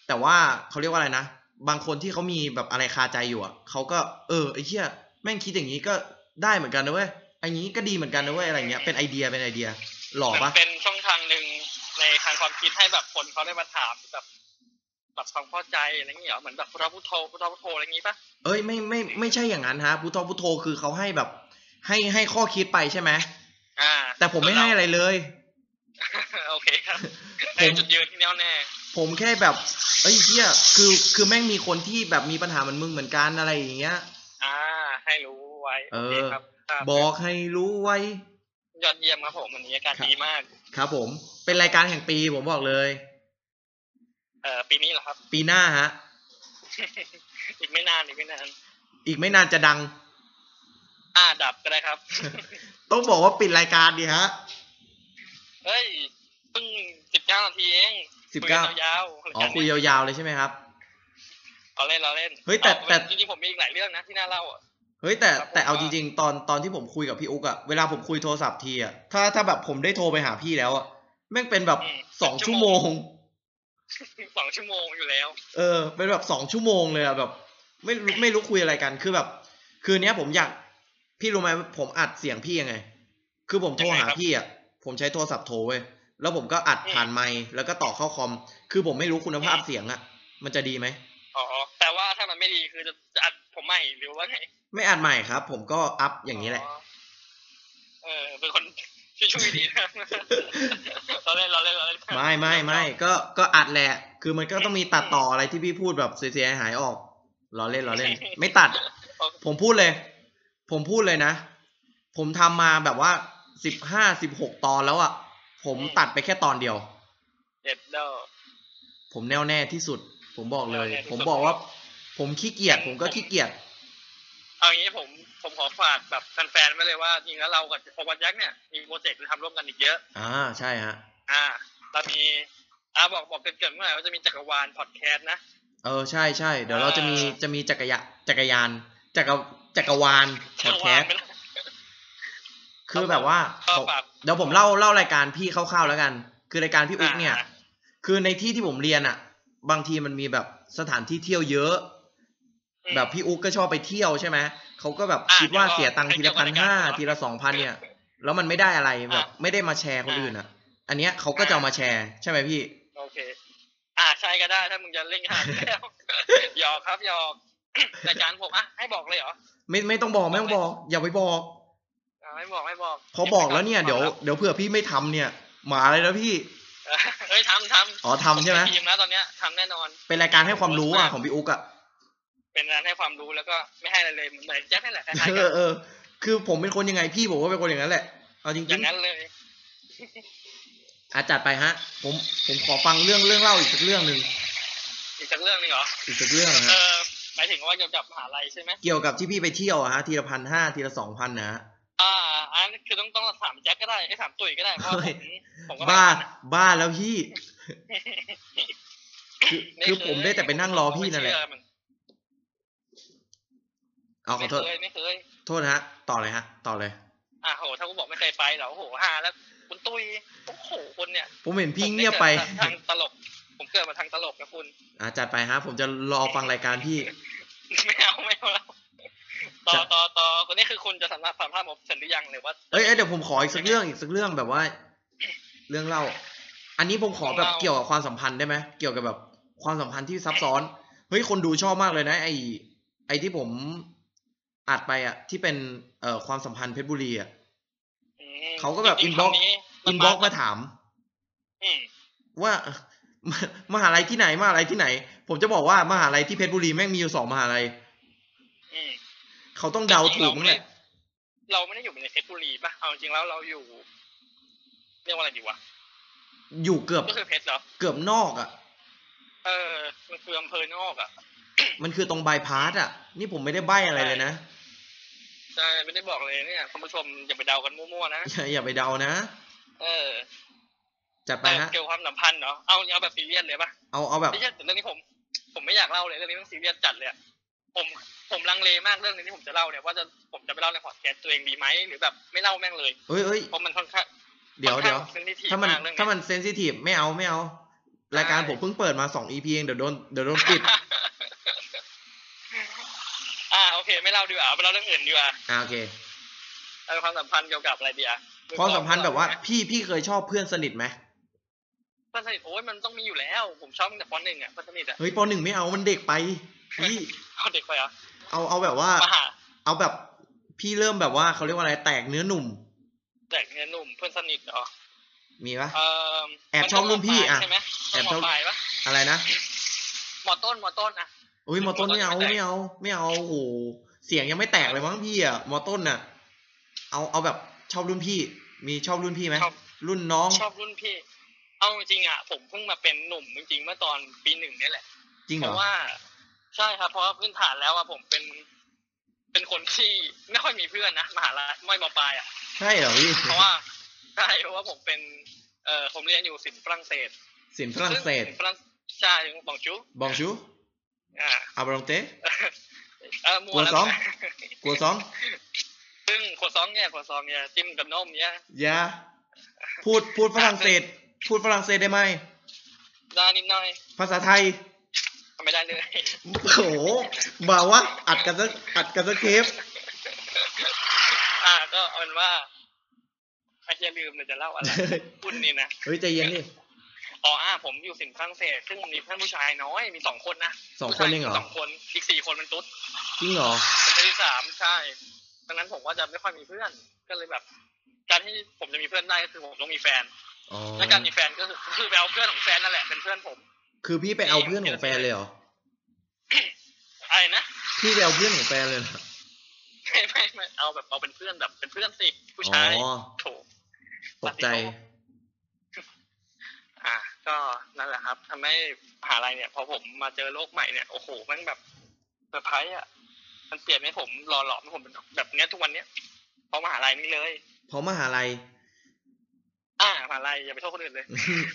แต่ว่าเขาเรียกว่าอะไรนะ บางคนที่เขามีแบบอะไรคาใจอยู่อ่ะเขาก็เออไอ้เหี้ยแม่งคิดอย่างนี้ก็ได้เหมือนกันนะเว้ยไอ้นี้ก็ดีเหมือนกันนะเว้ยอะไรเงี้ย เป็นไอเดียเป็นไอเดีย หล่อ
มัน
ปะ
เป็นช่องทางหนึ่งในทางความคิดให้แบบคนเขาได้มาถามแบบปรับความเข้าใจอะไรอย่างเงี้ยเหรอเหมือนแบบพุทธพุทโธพุทธพุทโธอะไรอย่างงี้ปะ
เอ้ยไม่ไม่ไม่ใช่อย่างนั้นฮะพุทโธพุทโธคือเขาให้แบบ ให้ให้ข้อคิดไปใช่ไหม
อ่า
แต่ผมไม่ให้อะไรเลย
โอเคครับ
ผม
ในจุดยืนที่แน่วแน่
ผมแค่แบบเอ้ยเฮียคือคือแม่งมีคนที่แบบมีปัญหาเหมือนมึงเหมือนกันอะไรอย่างเงี้ย
อ่า ให้รู้ไว้
เออ
โคครับครับ
บอกให้รู้ไว้
ยอดเยี่ยมครับผมวันนี้อาการ
ครับ
ดีมาก
ครับผม เป็นรายการแห่งปีผมบอกเลย
เอ่อปีนี้เหรอครับ
ปีหน้าฮะ
อีกไม่นานอีกไม่นาน
อีกไม่นานจะดัง
อ่าดับก็ได้ ครับ
ต้องบอกว่าปิดรายการดีฮะ
เฮ้ยเพิ่งสิบเก้านาทีเอง
19
คุยกันยาวๆ
อ๋อคุยยาวๆเลยใช่ไหมครับ
เอาเล่นเราเล่น
เฮ้ยแต่แต่
จริงๆผมมีอีกหลายเรื่องนะที่น่าเล่าอ่ะ
เฮ้ยแต่
ครับผม
แต่เอาจริงๆ ตอนตอนที่ผมคุยกับพี่อุ๊กอะเวลาผมคุยโทรศัพท์ทีอะถ้าถ้าแบบผมได้โทรไปหาพี่แล้วอะแม่งเป็นแบบสองชั่วโมง
สองชั่วโมงอยู่แล้ว
เออเป็นแบบสองชั่วโมงเลยอะแบบ ไม่รู้ไม่รู้คุยอะไรกันคือแบบ คืนเนี้ยผมอยาก พี่รู้ไหมผมอัดเสียงพี่ยังไง คือผมโทร
ยังไง
หา
ครับ
พี่อ่ะผมใช้โทรศัพท์โทรเว้ยแล้วผมก็อัด
อืม
ผ่านไมค์แล้วก็ต่อเข้าคอม คือผมไม่รู้คุณภาพเสียงอ่ะ มันจะดีไหม
อ๋อแต่ว่าถ้ามันไม่ดีคือจะจะอัดผมใหม่หรือว่าไง
ไม่อัดใหม่ครับ ผมก็อัพอย่างนี้แหละ
เออเป็นคนช่วยช่วยๆดีนะ เราเล่นเราเล่นเราเล่น
ไม่ไม่ไม่ก็ก็อัดแหละ คือมันก็ต้องมีตัดต่ออะไรที่พี่พูดแบบเสียหายๆออกล้อเล่นล้อเล่น ไม่ตัด ผมพูดเลย ผมพูดเลยนะ ผมทำมาแบบว่าสิบห้าสิบหกตอนแล้วอะ่ะ ผมตัดไปแค่ตอนเดียว
เด็ดเด้อ
ผมแน่วแน่ที่สุด ผมบอกเลย
แน่วแน่ที่สุด
ผมบอกว่า ผมขี้เกียจ ผมก็ขี้เกียจ
เอาอย่างนี้ผมผมขอฝากแบบแฟนๆไว้เลยว่าจริงๆแล้วเรากับโอวันยักษ์เนี่ยมีโปรเจกต์จะทำร่วมกันอีกเยอะ
อ่า ใช่ฮะ
อ่าเรามีอ่าบอกบอกเกรินๆเมื่อไหร่ว่าจะมีจักรวาลพอดแคสต์นะ
เออ ใช่ใช่ เดี๋ยวเราจะมี
เออ
จะมีจักรยะจักรยาน จักร จักรวาลพ
จั
อก ดแคว
ราล
สต์
เป็น
คือแบบว่า
ก็ฝาก
เดี๋ยวผมเล่า เล่ารายการพี่คร่าวๆแล้วกัน คือรายการพี่อุ๊กเนี่ย
อ่า
คือในที่ที่ผมเรียนอะ่ะ บางทีมันมีแบบสถานที่เที่ยวเยอะ
อืม
แบบพี่อุ๊กก็ชอบไปเที่ยวใช่ไหม เขาก็แบบ
อ่ะ
คิดว่า
เดี๋ยว
เสียตังค์ทีละพันห้า
เดี๋ยวก่อน
ทีละสองพันเนี่ย แล้วมันไม่ได้อะไรแบบ
อ่ะ
ไม่ได้มาแชร์คน
อ่ะ
อื่นอ่ะ อันเนี้ยเขาก็จะเอามาแชร์ใช่ไหมพี่
โอเค อ่าใช่ก็ได้ ถ้ามึงจะเล่นขนาดนั้นแล้ว หยอกครับหยอก รายการผมอ่ะให้บอกเลยเหรอ
ไม่ไม่ต้องบอกไม่ต้องบอก อย่าไปบอก
อ่าไม่บอกไม่บอก
พอบอกแล้วเนี่ยเดี๋ยวเดี๋ยวเผื่อพี่ไม่ทำเนี่ย หมาเลยนะพี่
เออเอ้ยท ำทำ
อ๋อทำใช่ไหม
ทีมแล้วตอนเนี้ยทำแน่นอน
เป็นรายการให้ความรู้อ่ะของพี่อุ๊กอ่ะ
เป็นร้านให้ความรู้แล้วก็ไม่ให้อะไรเลยเหมือนแจ๊คนี่แหละคล้ายๆ
เอ
กัน
อเออ คือผมเป็นคนยังไงพี่ผมก็เป็นคนอย่างนั้นแหละ เอาจ
อ
ริ
ย่าง ง
ๆ
นั้นเลย
อาจัดไปฮะ ผมผมขอฟังเรื่องเรื่องเล่าอีกสักเรื่องหนึ่ง
อีกสักเรื่องหนึงเหรอ
อีกสักเรื่อง
เอ
ฮะ
อหมายถึงว่าเกี่ยวกับมหาลัยใช่ไหม
เกี่ยวกับที่พี่ไปเที่ยวอะฮะทีละพันห้าทีละสองพันนะฮะ
อ่า อันคือต้องต้องสามแจ็คก็ได้ไอ้ยสามตุ๋ยก็ได้เพราะว่าผมผมก็ไม่
บ้า
ทันอะ
บ้าแล้วพี่ คือคือผมได้แต่ไปนั่งรอพี่นั่นแหละ เอาข
ไม่
อ
เค
โทษ
ยไม่เคย
โทษนะฮะ ต่อเลยฮะ ต่อเลย
อ่ะโห ถ้ากูบอกไม่เคยไปเหรอโอ้โหฮาแล้วคุณตุ้ยโอ้โหคุณเนี่ย
ผมเห็นพี่
ผมด้
เงียบไป
กิดมาทางตลก ผมเกิดมาทางตลกนะคุณ
อ่ะจัดไปฮะ ผมจะรอฟังรายการพี่
ไม่เอาไม่เอาแล้วต่อ
จะ
ต่อต่อคนนี้คือคุณจะสัมภาษณ์สัมภาษณ์ผมเสร็จหรือยังหรือว่า
เอ้ยเอ้ยเดี๋ยวผมขออีกสักเรื่องอีกสักเรื่องแบบว่า เรื่องเล่า อันนี้ผมขอแบบ
เล่า
เกี่ยวกับความสัมพันธ์ได้ไหมเกี่ยวกับแบบความสัมพันธ์ที่ซับซ้อนเฮ้ยคนดูชอบมากเลยนะ ไอไอที่ผมอัดไปอ่ะ ที่เป็นเอ่อความสัมพันธ์เพชรบุรีอ่ะ
อืม
เขาก็แบบ
จริงๆ
inbox
คำ
อิ
มัน น
บ็อก
มา
มาถาม
อืม
ว่า มหาลัยที่ไหนมหาลัยที่ไหน ผมจะบอกว่ามหาลัยที่เพชรบุรีแม่งมีอยู่สองมหาลัย
อืม
เขาต้องเดาถูกมั้งแหละ
เราไม่ได้อยู่ในเพชรบุรีป่ะเอาจริงๆแล้วเราอยู่ เรียกว่าอะไรดีวะ
อยู่เกือบ
ก็คือเพชรเหรอ
เกือบนอกอ่ะ
เออมันคืออำเภอนอกอ่ะ
มันคือตรงบายพาสอ่ะ นี่ผมไม่ได้ใบอะไรเลยนะ
ใช่ไม่ได้บอกเลยเนี่ยคุณผู้ชมอย่าไปเดากันมั่วๆนะ
อย่าอย่าไปเดานะ
เออ
จัดไป
แต่
ฮะ
เกี่ยวกับความสัมพันธ์เนาะเอาเอาแบบซีเรียสเลยปะ
เอาเอาแบบ
ไม่ใช่แต่เรื่องนี้ผม ผมไม่อยากเล่าเลยเรื่องนี้ต้องซีเรียสจัดเลยอะผมผมลังเลมากเรื่องนี้ที่ผมจะเล่าเนี่ยว่าจะผมจะไปเล่าในพอดแคสต์ตัวเองดีไหมหรือแบบไม่เล่าแม่งเลย
เอ้ยเอ้ย
เพราะมันค่อนข้าง
เดี๋ยวเดี๋ยว
ค่อนข้ง sensitive
ถ้ามัน
กเรื่องเย
ถ้ามันเซนซิทีฟไม่เอาไม่เอา รายการ
ใช่
ผมเพิ่งเปิดมาสองอีพีเองเดี๋ยวโดนเดี๋ยวโดนปิด
อ่าโอเค ไม่เล่าดีกว่าเอาไปเล่าเรื่องอื่นดีกว่า
อ่าโอเค
เอาความสัมพันธ์เกี่ยวกับอะไรดีอะ
ความสัมพันธ์แบบว่า พี่พี่เคยชอบเพื่อนสนิทไหม
เพื่อนสนิทโอ้ยมันต้องมีอยู่แล้วผมชอบตั้งแต่ปหนึ่งอะเพื่อนสนิทอะ
เฮ้ยปหนึ่งไม่เอามันเด็กไป พี่
เอาเด็กไปเหรอ
เอาเอาแบบว่า
มาหา
เอาแบบพี่เริ่มแบบว่าเขาเรียกว่าอะไรแตกเนื้อหนุ่ม
แจกเงินหนุ่มเพื่อนสนิทเหรอ
มีปะ
เอ่อ
แอบชอบรุ่นพี่อะ
ใช่ไหม
แอบชอบ
มปลายปะ
อะไรนะ
มอต้นมอต้นอะ
อุ้ยมอต้นไม่เอาไม่เอาไม่เอาโอ้โหเสียงยังไม่แตกเลยมั้งพี่อ่ะมอต้นน่ะ เอาเอาแบบชอบรุ่นพี่ มีชอบรุ่นพี่ไหม
ชอบ
รุ่นน้อง
ชอบรุ่นพี่ เอาจริงๆอะผมเพิ่งมาเป็นหนุ่มจริงๆเมื่อตอนปีหนึ่งเนี่ยแหละ
จริง
เพ
เหรอ
ราะว่า ใช่ครับเพราะว่าพื้นฐานแล้วอะผมเป็น เป็นคนที่ไม่ค่อยมีเพื่อนนะมหาลัยไม่มอปลาย อะ
ใช่เหรอพี่
เพราะว่าใช่เพราะว่าผมเป็นเอ่อผมเรียนอยู่ศิลป์ฝรั่งเศส
สินฝรั่งเศส
ซึ่ศิลป์ฝรั่งใช่บองจู
บองชู
อ่า
อาบรองเต้
เออมั
กลั
ว
ว
แล้ว
ซ้อม กัวซอง
ซึ่งขวดซองเนี่ยขวดซองเนี่ยจิ้มกับนมเนี่ย
ยาพูดพูดฝรั่งเศส พูดฝรั่งเศสได้ไหม
ได้นิดหน่อย
ภาษาไทย
ทำไม่ได้เลย
โอ้โหบาวะอัดกันสักอัดกันสักเทป
อ่าก็เอาเป็นว่าไอ้เฮียลืมเลยจะเล่า อะไรคุณนี่นะ
เฮ้ยใจเย็นดิ
อ๋ออ่าผมอยู่สินฝรั่งเศสซึ่งมีเพื่อนผู้ชายน้อยมีสองคนนะ
สองคนเองเหรอ
ผู้ชายมีสองคนอีกสี่คนเป็นตุ๊ด
จริงเหรอ
เป็นคนที่สามใช่ดังนั้นผมว่าจะไม่ค่อยมีเพื่อน ก็เลยแบบ การที่ผมจะมีเพื่อนได้ก็คือผมต้องมีแฟน
อ๋อ
และการมีแฟนก็คือคือไปเอาเพื่อนของแฟนนั่นแหละเป็นเพื่อนผม
คือพี่ไปเอาเพื่อนของแฟนเลยเหรอ
ไอ้นะ
พี่ไปเอาเพื่อนของแฟนเลยเหรอ
ไม่ไม่ไม่เอาแบบเอาเป็นเพื่อนแบบ เป็นเพื่อนสิผู้
อ๋
ชาย
อ
โถ
ตกใจ
อ่ะก็นั่นแหละครับทำให้มหาลัยเนี่ยพอผมมาเจอโลกใหม่เนี่ยโอ้โหมันแบบเซอร์ไพรส์อ่ะมันเปลี่ยนให้ผมหล่อหลอมให้ผมเป็นแบบเนี้ยทุกวันเนี้ยเพราะมหาลัยนี่เลย
เพราะมหาลัย
อ่ามหาลัยอย่าไปโทษคนอื่นเลย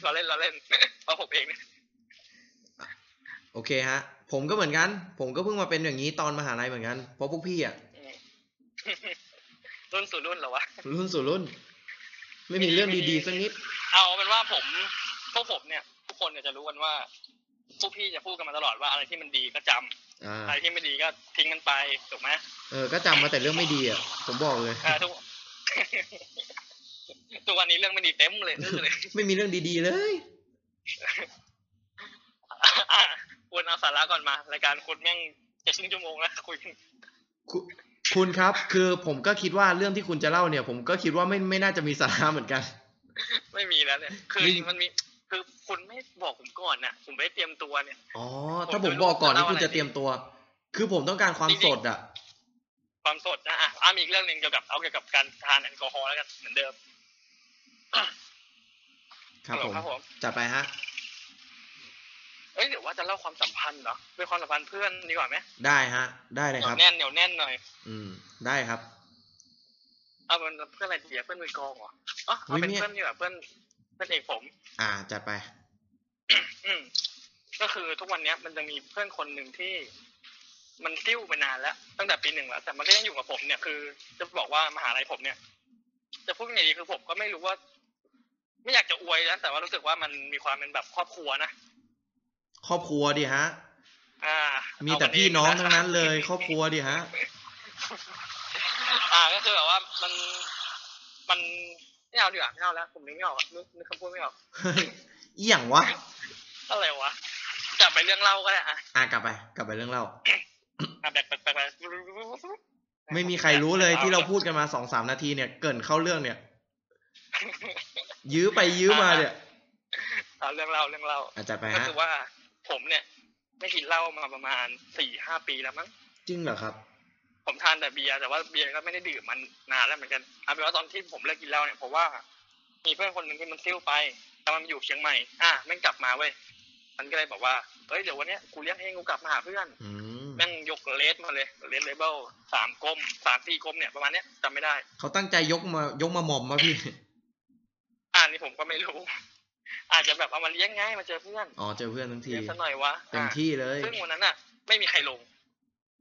เราเล่นเราเล่น เพราะผมเองเนี่ย
โอเคฮะ ผมก็เหมือนกัน ผมก็เพิ่งมาเป็นอย่างนี้ตอนมหาลัยเหมือนกัน เพราะพวกพี่อ่ะ
อืม รุ่นสู่รุ่นเหรอวะ
รุ่นสู่รุ่น ไม่มีเรื่องดีๆสักนิด
เอาเป็นว่าผมพวกผมเนี่ยทุกคนเนี่ยจะรู้กันว่าพวกพี่จะพูดกันมาตลอดว่าอะไรที่มันดีก็จำ
อ่า
อะไรที่ไม่ดีก็ทิ้งมันไปถูกไหม
เออ ก็จำมาแต่เรื่องไม่ดีอ่ะ ผมบอกเลย
อ่าทุก ทุกวันนี้เรื่องไม่ดีเต็ม เลยเรื่องเลย
ไม่มีเรื่องดีๆเลย
อ่ะคุณเอาสาระก่อนมารายการคุณแม่งจะครึ่งชั่วโมงแล้ว คุยกัน
คุณคุณครับ คือผมก็คิดว่าเรื่องที่คุณจะเล่าเนี่ย ผมก็คิดว่าไม่ไม่น่าจะมีสาระเหมือนกัน
ไม่มีแล้วเนี่ย คือ
ไม่
มันมีคือคุณไม่บอกผมก่อนน่ะ ผมไม่เตรียมตัวเนี่ย
อ๋อ ถ้าผมบอกก่อนนี่คุณจะเตรียมตัว คือผมต้องการความสดอ่ะ
ความสดนะอ่ะอ่ะมีอีกเรื่องหนึ่งเกี่ยวกับเอาเกี่ยวกับการทานแอลกอฮอล์แล้วกันเหมือนเดิม
ครับผม
ครับผม
จัดไปฮะ
เอ้ยหรือว่าจะเล่าความสัมพันธ์เหรอเป็นความสัมพันธ์เพื่อนดีกว่าไหม
ได้ฮะ ได้เลย
เห
ค
นีย
รั
ว
บ
แน่นเหนียวแน่นหน่อย
อืม ได้ครับ
เอาเป็นเพื่อนอะไรดีอะเพื่อนมือกลองเหรออ๋อเอาเป็น
อุ๊ยเนี่ย
เพื่อนที่แบบเพื่อนเพื่อนเอกผม
อ่าจัดไป
อืมก็คือทุกวันเนี้ยมันจะมีเพื่อนคนหนึ่งที่ มันซิ้วไปนานแล้ว ตั้งแต่ปีหนึ่งแล้ว แต่มันก็ยังอยู่กับผมเนี่ยคือ จะบอกว่ามหาลัยผมเนี่ย จะพูดยังไงดีคือผมก็ไม่รู้ว่า ไม่อยากจะอวยนะแต่ว่ารู้สึกว่ามันมีความเป็นแบบครอบครัวนะ
ครอบครัวดิฮะ
อ่า
มี
มี
แต่พี่น้องทั้งนั้นเลย ครอบครัวดิฮะ
อ่าก็คือแบบว่ามันมันไม่เอาดีกว่าไม่เอาแล้วผมนึกไม่ออกอะนึกนึกคำพูดไม่ออก
เฮ้ยเอี่ยงวะ
อะไรวะกลับไปเรื่องเล่าก็ได้อ่ะ
อ่ะกลับไป กลับไปเรื่องเล่า
อ่ะแบบแบบแบบแบบ
ไม่มีใครรู้เลยที่เราพูดกันมาสองสามนาทีเนี่ย เกรินเข้าเรื่องเนี่ย ยื้อไปยื้อมาเนี่ย
เอาเรื่องเล่าเรื่องเล่า
อาจจะไป
ก็
ฮะ
คือว่าผมเนี่ย ไม่กินเหล้ามาประมาณสี่ห้าปีแล้วมั้ง
จริงเหรอครับ
ผมทานแต่เบียร์แต่ว่าเบียร์ก็ไม่ได้ดื่มมันนานแล้วเหมือนกันเอาเป็นว่าตอนที่ผมเลิกกินเหล้าเนี่ยเพราะว่า มีเพื่อนคนหนึ่งที่มันซิ่วไปแต่มันอยู่เชียงใหม่ อ่ะแม่งกลับมาเว้ยมันก็เลยบอกว่าเฮ้ยเดี๋ยววันเนี้ยกูเลี้ยงเองกูกลับมาหาเพื่อน
อืม
แม่งยกเลสมาเลยเลสเลเบลสามกลมสามสี่กลมเนี่ยประมาณเนี้ยจำไม่ได้
เขาตั้งใจยกมายกมาหม่อมมาพี่
อ่านนี่ผมก็ไม่รู้ อาจจะแบบเอามาเลี้ยงง่ายมาเจอเพื่อน
อ๋อเจอเพื่อนทั้งที
เลี้ยงซะหน่อยวะ
เต็ม
อ่ะ
ที่เลย
ซึ่งวันนั้นอ่ะ ไม่มีใครลง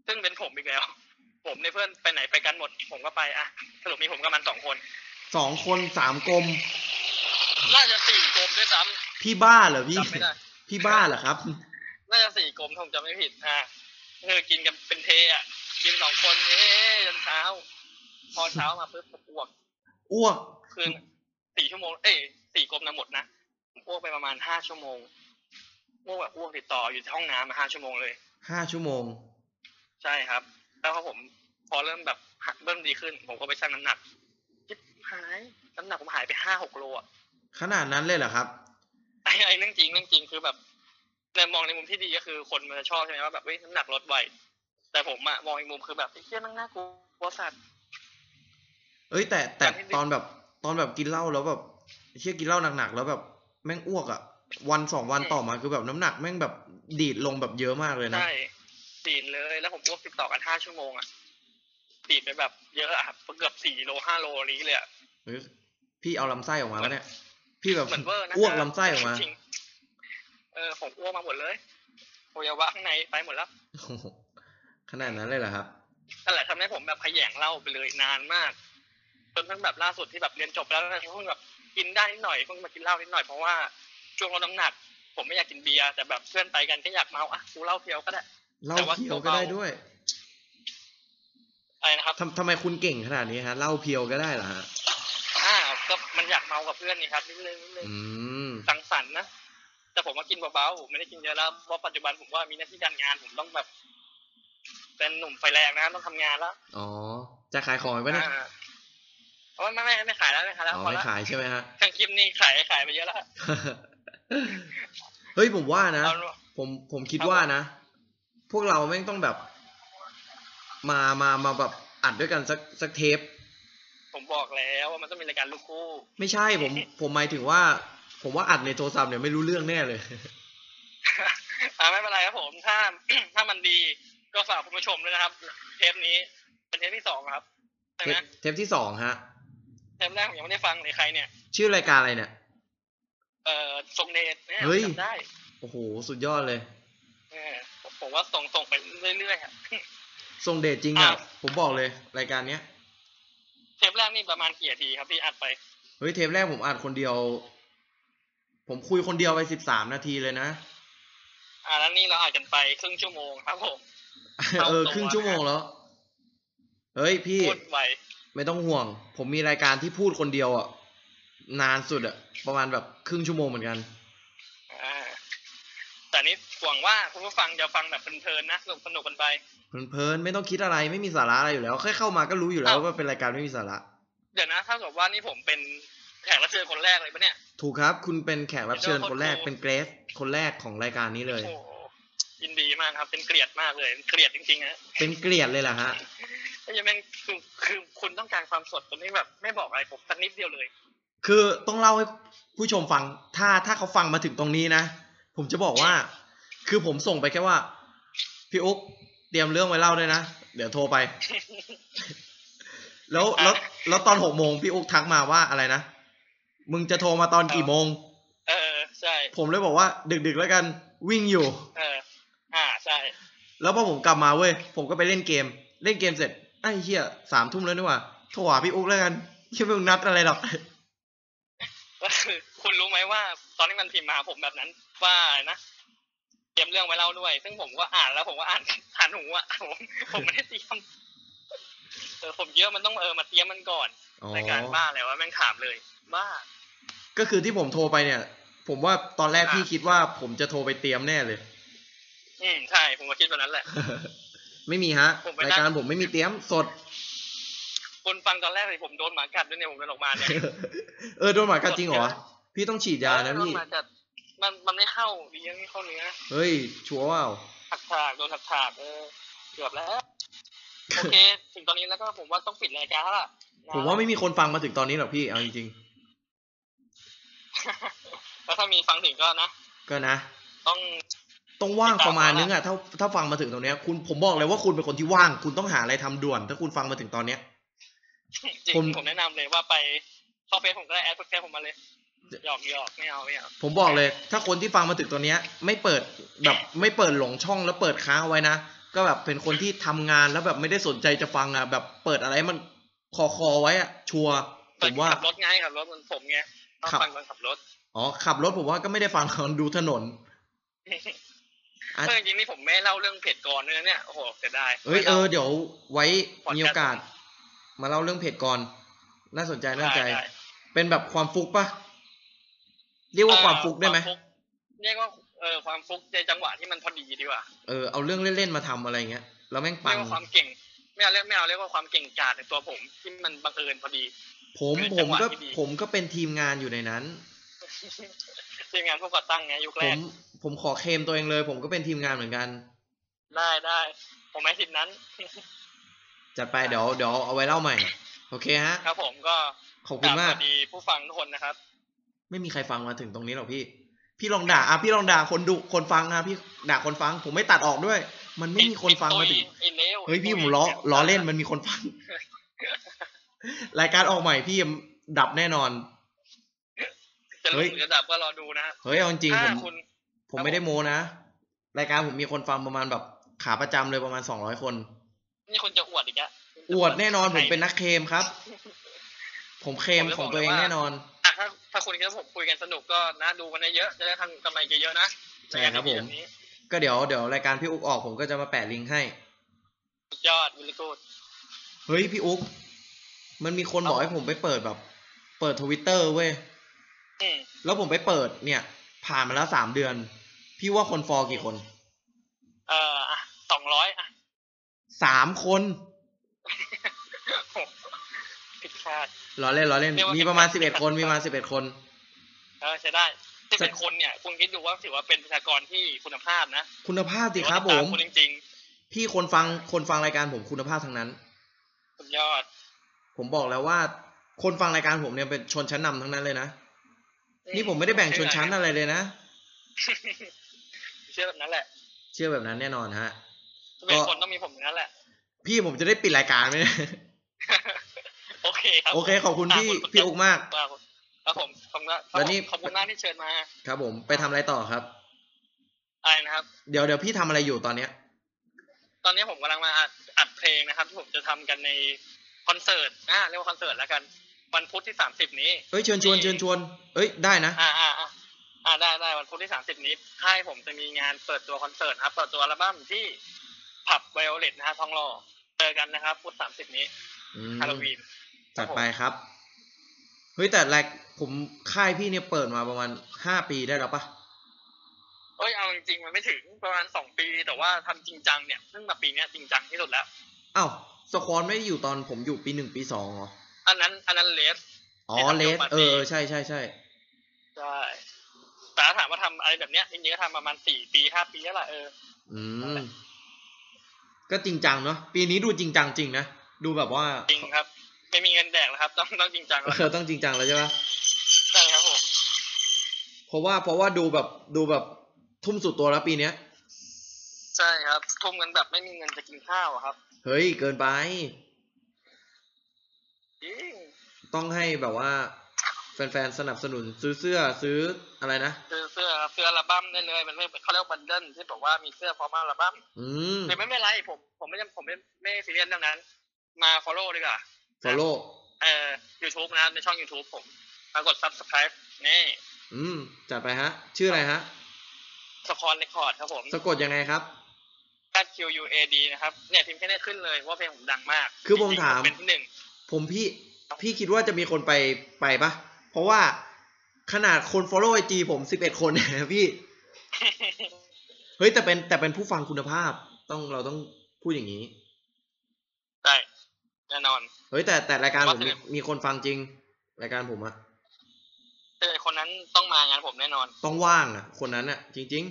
ซึ่งเป็นผมอีกแล้ว ผมในยเพื่อนไปไหนไปกันหมด ผมก็ไปอ่ะสรุปมีผมกับมันสองคน
สองคนสามกลม
น่าจะสี่กลมด้วยซ้
พี่บ้าเหรอ
ำ
พี่
จำไม่ได้
พี่บ้าเหรอครับ
น่าจะสี่กลมถ้าผมจำไม่ผิด อ่าคือกินกันเป็นเทอ่ะ กินสองคนเฮ้จนเช้า พอเช้ามาปุ๊บผมอ้วก
อ้วก
คือสี่ชั่วโมง เอ้ยสี่กลมนะหมดนะผมอ้วกไปประมาณห้าชั่วโมงอ้วกแบบอ้วกติดต่ออยู่ที่ห้องน้ำมาห้าชั่วโมงเลย
ห้าชั่วโมง
ใช่ครับ แล้วพอผมพอเริ่มแบบเริ่มดีขึ้น ผมก็ไปชั่งน้ำหนักชิบหายน้ำหนักผมหายไปห้าหกโลอะ
ขนาดนั้นเลยเหรอครับ
ไอ้ไอ้เรื่องจริงเรื่องจริงคือแบบในมองในมุมที่ดีก็คือคนมันจะชอบใช่ไหมว่าแบบเฮ้ยน้ำหนักลดไวแต่ผมอะมองอีกมุมคือแบบไอ้เหี้ยนั่งหน้ากลัวสัตว์
เอ้ยแต่แต่
การที่
ตอนแบบตอนแบบกินเหล้าแล้วแบบเชี่ยกินเหล้าหนักๆแล้วแบบแม่งอ้วกอะวันสองวันต่อมาคือแบบน้ำหนักแม่งแบบดีดลงแบบเยอะมากเลยนะ
ใช่ตีดเลย แล้วผมอ้วกติดต่อกันห้าชั่วโมงอะตีดไปแบบเยอะอะครับเกือบสี่โลห้าโลนี้เลยอะ
หรือพี่เอาลำไส้ออกมาแล้วเนี่ย พี่แบบ
เหมือนเวอร์นะ
อ้วกลำไส้ออกมา
จริงๆเออผมอ้วกมาหมดเลยอวัยวะข้างในไปหมดแล้ว
โอ้โหขนาดนั้นเลยเหรอครับ
นั่นแหละทำให้ผมแบบขยงเหล้าไปเลยนานมากจนทั้งแบบล่าสุดที่แบบเรียนจบแล้วเพิ่งแบบกินได้นิดหน่อยเพิ่งมากินเหล้านิดหน่อยเพราะว่าช่วงลดน้ำหนัก ผมไม่อยากกินเบียร์แต่แบบเพื่อนไปกันก็อยากเมาอ่ะกูเหล้าเพียวก็ได้
เหล้า
แต่ว่า
เพียว
เบาๆ
ก็ได้ด้วย
อะไรนะครับ
ทำทำไมคุณเก่งขนาดนี้ฮะเหล้าเพียวก็ได้เหรอฮะ
อ่าก็มันอยากเมากับเพื่อนนี่ครับนิดนึงนิดนึง
อืม
สังสรรค์นะแต่ผมมากินเบาๆไม่ได้กินเยอะแล้วเพราะปัจจุบันผมว่ามีหน้าที่การงานผมต้องแบบ เป็นหนุ่มไฟแรงนะต้องทำงานแล้ว
อ๋อ จะขายของไหมเนี่ย
อ่าเอาไม่ไม่ไม่ไม่ขายแล้วไม่ขายแล้ว
อ๋อ
พอ
ไม่
แล้ว
ขายใช่ไหมฮะ
ทางคลิปนี้ขายขายไปเยอะแล้ว
เฮ้ยผมว่านะ
เอาเนอะ
ผมผมคิด
ครับ
ว่านะ พวกเราแม่งต้องแบบ มามามาแบบอัดด้วยกันสักสักเทป
ผมบอกแล้วว่ามันต้องมีรายการลูกคู่
ไม่ใช่ผมผมหมายถึงว่า ผมว่าอัดในโทรศัพท์เนี่ยไม่รู้เรื่องแน่เลย
อ่าไม่เป็นไรครับผมถ้า ถ้ามันดีก็ฝากคุณผู้ชมด้วยนะครับ เทปนี้ เป็นเทปที่สองครับใช่
เท
ไหม
ปเทปที่สองฮะ
เทปแรกผมยังไม่ได้ฟังเลยใครเนี่ย
ชื่อรายการอะไรเนี่ย
เอ่อทรงเดชเนี่ย
เฮ้ย
จำได้
โอ้โห สุดยอดเลย
เออผมผมว่าส่งส่งไปเรื่อยๆครับ
ทรงเดชจริงอ่ะ
อ้าว
ผมบอกเลย รายการเนี้ย
เทปแรกนี่ประมาณกี่นาทีครับที่อัดไป
เฮ้ยเทปแรกผมอัดคนเดียว ผมคุยคนเดียวไปสิบสามนาทีเลยนะ
อ่าแล้วนี่เราอัดกันไปครึ่งชั่วโมงครับผม
เออครึ่งชั่วโมงแล้ว เฮ้ยพี่
โคตรไว
ไม่ต้องห่วง ผมมีรายการที่พูดคนเดียวอ่ะ นานสุดอ่ะ ประมาณแบบครึ่งชั่วโมงเหมือนกัน
อ่าแต่นี้หวังว่าคุณผู้ฟังจะฟังแบบเพลินๆนะสนุกสนุกกันไป
เพลินๆไม่ต้องคิดอะไรไม่มีสาระอะไรอยู่แล้ว แค่เข้ามาก็รู้อยู่แล้ว
อ้าว
ว่าเป็นรายการไม่มีสาระ
เดี๋ยวนะถ้าเกิดว่านี่ผมเป็นแขกรับเชิญคนแรกเลยปะเนี่ย
ถูกครับ คุณเป็นแขกรับเชิญ
เดี๋ยว
คนแรก
คนดู
เป็นเกรซคนแรกของรายการนี้เลย
โอ้โหยินดีมากครับ เป็นเกลียดมากเลยเกลียดจริงๆนะ
เป็นเกลียดเลยล่ะฮะ
ไอ้ยังแม่งคือคือคุณต้องการความสดตรงนี้แบบ ไม่บอกอะไรผมสักนิดเดียวเลย
คือต้องเล่าให้ผู้ชมฟัง ถ้าถ้าเขาฟังมาถึงตรงนี้นะ ผมจะบอกว่า คือผมส่งไปแค่ว่า พี่อุ๊กเตรียมเรื่องไว้เล่าด้วยนะ เดี๋ยวโทรไป แล้วแล้วแล้วตอนหกโมงพี่อุ๊กทักมาว่าอะไรนะ มึงจะโทรมาตอนกี่โมง
เออใช่
ผมเลยบอกว่า ดึกๆแล้วกันวิ่งอยู่
เอออ่าใช่
แล้วพอผมกลับมาเว้ย ผมก็ไปเล่นเกม เล่นเกมเสร็จไอ้เหี้ยสามทุ่มแล้วนี่หว่าโทรหาพี่อุ๊กแล้วกันเหี้ยังไม่ต้องนัดอะไรหรอก
ก็คือคุณรู้ไหมว่าตอนที่มันพิมพ์มาหาผมแบบนั้นว่าอะไรนะเตรียมเรื่องไว้เล่าด้วย ซึ่งผมก็อ่านแล้วผมก็อ่าน ผ่านหูอ่ะผมผมไม่ได้เตรียมเออผมเยอะมันต้องเออมาเตรียมมันก่อนในการบ้าอะไรวะแม่งถามเลยบ้า
ก็คือที่ผมโทรไปเนี่ย ผมว่าตอนแรก
อ่ะ
พี่คิดว่าผมจะโทรไปเตรียมแน่เลย
อืมใช่ผมก็คิดแบบนั้นแหละ
ไม่มีฮะ
ผมไป
รา
นั่
ง ยการผมไม่มีเตรียมสด
คนฟังตอนแรกเลยผมโดนหมากัดด้วยเนี่ยผมเดินออกมาเนี่ย
เออโดนหมากัดจริงเหรอ
ส
วะ
ดใช่ไห
พี่ต้องฉีดยานะ
โดน
พี่
หมากัดมันมันไม่เข้าดียังไม่เข้าเนื้อ
เฮ้ย ชัวร์เปล่า
ถักถากโดนถักถากเออเกือบแล้วโอเค ถึงตอนนี้แล้วก็ผมว่าต้องปิดรายการแล้วล่ะนะ
ผมว่าไม่มีคนฟังมาถึงตอนนี้หรอกพี่เอาจริง
แล้วถ้ามีฟังถึงก็นะ
ๆก็นะ
ต้อง
ต้องว่างประมาณนึงอะถ้าถ้าฟังมาถึงตรงเนี้ยคุณผมบอกเลยว่าคุณเป็นคนที่ว่าง คุณต้องหาอะไรทำด่วน ถ้าคุณฟังมาถึงตอนเนี้ย
จริง
ผม
ผมแนะนำเลยว่าไปเข้าเฟซผมก็ได้แอดเฟซผมมาเลยหยอกหยอกไม่เอาไม่เอา
ผมบอกเลย ถ้าคนที่ฟังมาถึงตัวเนี้ย ไม่เปิดแบบไม่เปิดหลงช่องแล้วเปิดค้างเอาไว้นะ ก็แบบเป็นคนที่ทำงานแล้วแบบไม่ได้สนใจจะฟังอ่ะ แบบเปิดอะไรมันคอคอไว้อ่ะ ชัวร์ผ
เปิด
มว่า
ขับรถไงขับรถมันผมไงต้อง
ครับ
ฟังตอนขับรถ
อ๋อขับรถผมว่าก็ไม่ได้ฟัง เขาดูถนนอ่ะ
เออจริงๆนี่ผมไม่เล่าเรื่องเพจก่อนเลยนะเนี่ยโอ้โหเสียดาย
เอ้ย
ไม่
เอ
ล่า
อเดี๋ยวไว้มีโอกาส
พอดแค
มาเล่าเรื่องเพจก่อน น่าสนใจน่าสนใจ
ได้ได้
เป็นแบบความฟุกปะเรียกว่าความฟุกได้ไหม
ควาฟุกเรียกว่าเออความฟุกในจังหวะที่มันพอดีดีกว่า
เออเอาเรื่องเล่นๆมาทำอะไรเงี้ยแล้วแม่ง
เรี
ปั
ย
ง
กว่าความเก่ง ไม่เอาเรียกไม่เอาเรียกว่าความเก่งกาจในตัวผมที่มันบังเอิญพอดี
ผม
คื
ผ
อจั
ม
งหวะ
ก็
ที่ดี
ผมก็เป็นทีมงานอยู่ในนั้น
ทีมงานผู้ก่อตั้งไงยุค
ผ
แรก
มผมขอเคลมตัวเองเลย ผมก็เป็นทีมงานเหมือนกัน
ได้ได้ ผมไม่ทีมนั้น
จัดไปเดี๋ยวเดี๋ยวเอาไว้เล่าใหม่ โอเคฮะ
ครับผมก็
ขอบคุณมาก
สวัสดีผู้ฟังทุกคนนะครับ
ไม่มีใครฟังมาถึงตรงนี้หรอกพี่ พี่ลองด่าอ่ะพี่ลองด่าคนดุคนฟังอ่ะพี่ด่าคนฟัง ผมไม่ตัดออกด้วย มันไม่มีคนฟังมาถึง
ไอ้เลว
เฮ้ยพี่ผมล้อล้อเล่นมันมีคนฟัง รายการออกใหม่พี่ดับแน่นอน
จะ
เฮ้
ล
ย
งหรือดับก็รอดูนะฮะ
เฮ้ยเอาจริงๆผ
ถ้าม คุณ
ผมไม่ได้โมนะ รายการผมมีคนฟังประมาณแบบขาประจำเลยประมาณสองร้อยคน
นี่คุณจะอวดอีกอะ
อวดแน่นอน
ใค
ผ
ร
มเป็นนักเคลมครับ ผมเคลม
ผมจะ
ของตัวเอง
บอกเลยว่า
แน่นอน
อ่ะถ้าถ้าคุณคิดว่าผมคุยกันสนุกก็นะดูกันเยอะๆจะได้ทำกำไรเยอะๆนะ
ใช่ครับผม
ายกาดีๆแนี้
ก็เดี๋ยวเดี๋ยวรายการพี่อุ๊กออกผมก็จะมาแปะลิงก์ให้
สุดยอดวิลกูด
เฮ้ยพี่อุ๊กมันมีคนบอกให้ผมไปเปิดแบบ เปิดทวิตเตอร์เว้ย
อืม
แล้วผมไปเปิดเนี่ย ผ่านมาแล้วสามเดือน พี่ว่าคนฟอลกี่คน
เอ่ออ่ะสองร้อยอ่ะ
สามคน
โหผิดคาด
ล้อเล่นล้อเล่น
เรียกว่ามี
มีประมาณสิบเอ็ดคนมีประมาณสิบเอ็ดคน
เออใช้ได้ที่เป็น
จะ
คนเนี่ย คุณคิดดูว่าถือว่าเป็นประชากรที่คุณภาพนะ
คุณภาพสิครับผ
ถือว่าม ติดตาคุณจริง
พี่คนฟังคนฟังรายการผมคุณภาพทั้งนั้น
ๆสุดยอด
ผมบอกแล้วว่า คนฟังรายการผมเนี่ยเป็นชนชั้นนำทั้งนั้นเลยนะ นี่ผมไม่ได้แบ่งชนชั้นอะไรเลยนะ
เชื่อแบบนั้นแหละ
เชื่อแบบนั้นแน่นอนฮะ
เป็นคนต้องมีผมอย่างนั้นแหละ
พี่ผมจะได้ปิดรายการไหมเนี่ย
โอเคครับ
โอเค ขอบคุณพี่
ะ
พี่อุกมาก
ครับผมครับผมขอบคุณครับ
แล้วนี่
ขอบคุณมากที่เชิญมา
ครับ ผมไปทำอะไรต่อครับ
อะไรนะครับ
เดี๋ยวเดี๋ยวพี่ทำอะไรอยู่ตอนเนี้ย
ตอนนี้ผมกำลังมาอัดอัดเพลงนะครับที่ผมจะทำกันในคอนเสิร์ตอ่าเรียกว่าคอนเสิร์ตแล้วกันวันพุธที่สามสิบนี้
เอ้ยเชิญชวนเชิญชวน เอ้ยได้นะ
อ่าอ่าอ่าอ่าได้ได้วันพุธที่สามสิบนี้ค่ายผมจะมีงานเปิดตัวคอนเสิร์ตนะครับ เปิดตัวอัลบั้มที่ผับไวโอเลตนะฮะทองหล่อเจอกันนะครับพุธสามสิบนี้
อืม
ฮาโลวีน
จัดไปครับ เฮ้ยแต่แรกผมค่ายพี่เนี่ยเปิดมาประมาณห้าปีได้แล้วปะ
เอ้ยเอาจริงๆมันไม่ถึงประมาณสองปี แต่ว่าทำจริงจังเนี่ยเพิ่งมาปีเนี้ยจริงจังที่สุดแล้ว
อ้าวสควอนไม่ได้อยู่ตอนผมอยู่ปีหนึ่งปีสองเหรอ
อันนั้นอันนั้นเลส
อ๋อ
ไม่
เลส
ได้ทำเดี่ยวปาร์ตี้
เออใช่ใช่ใช่
ใช่แต่ถ้าถามว่าทำอะไรแบบเนี้ยจริงๆก็ทำประมาณสี่ปีห้าปีแล้วล่ะเออ
อืม ก็จริงจังเนาะปีนี้ดูจริงจังจริงนะ ดูแบบว่า
จริงครับ ไม่มีเงินแดกแล้วครับ ต้องต้องจริงจังแล้ว
เออต้องจริงจังแล้วใช่ปะ
ใช่ครับผม
เพราะว่าเพราะว่าดูแบบดูแบบทุ่มสุดตัวแล้วปีเนี้ย
ใช่ครับทุ่มกันแบบไม่มีเงินจะกินข้าวอะครับ
เฮ้ย เกินไป
จริง
ต้องให้แบบว่า แฟนๆสนับสนุนซื้อเสื้อซื้ออะไรนะ
คือเสื้อเสื้ออัลบั้มได้เลย มันไม่เขาเรียกว่าบันเดิลที่บอกว่ามีเสื้อพร้อมอัลบั้ม
อืม
แต่ไม่เป็นไรผมผมไม่จำผมไม่ไม่ซีเรียสเรื่องนั้น มาฟอลโล่ดีกว่า
ฟอลโล่
เอ่อ YouTube นะในช่อง YouTube ผมมากด Subscribe นี่
อืมจัดไปฮะ ชื่ออะไรฮะ
สคอนเรคคอร์ดครับผม
สะกดยังไงครับ
แอด QUAD นะครับ เนี่ยพิมพ์แค่นี้ขึ้นเลยว่าเพลงผมดังมาก
คือผม
จริงๆ
ถาม
เป็นที่หนึ่ง
ผมพี่พี่คิดว่าจะมีคนไปไปปะเพราะว่าขนาดคนฟอลโล่ไอจีผมสิบเอ็ดคนนะพี่ เฮ้ยแต่เป็นแต่เป็นผู้ฟังคุณภาพ ต้องเราต้องพูดอย่างนี้
ได้แน่นอน
เฮ้ยแต่แต่รายการผม
ว่าแต่
มีมีคนฟังจริง รายการผมอะ
เออคนนั้นต้องมางานผมแน่นอน
ต้องว่างอะคนนั้นอะจริง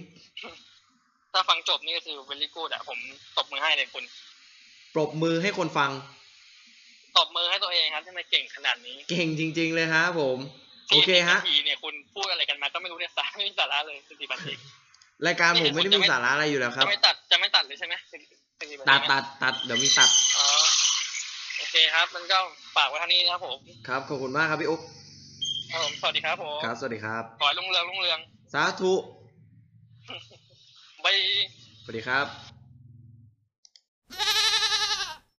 ถ้าฟังจบนี่ก็คือเวลี่กูดอะผมตบมือให้เลยคุณ
ๆ ปรบมือให้คนฟัง
ตบมือให้ตัวเองครับที่มันเก่งขนาดนี้
เก่งจริง ๆ เลยฮะผม โอเคฮะ
ทีเนี่ยคุณพูดอะไรกันมาก็ไม่รู้เนี่ยสาระไม่มีสาระเลยสิบบันทิก
รายการผมไม่ได้มีสาระอะไรอยู่แล้วครั
จะ
บ
ไม่ตัดจะไม่ตัดเลยใช่ไหม40บัน
ตัด
ทิก
ตัดตัดเดี๋ยวมีตัด
อ๋อโอเคครับ มันก็ฝากไว้เท่านี้นะครับผม
ครับขอบคุณมากครับพี่อุ๊บ
ครับผมสวัสดีครับผม
ครับสวัสดีครับ
ขอให้รุ่งเรืองรุ่งเรือง
สาธุ
บาย
สวัสดีครับ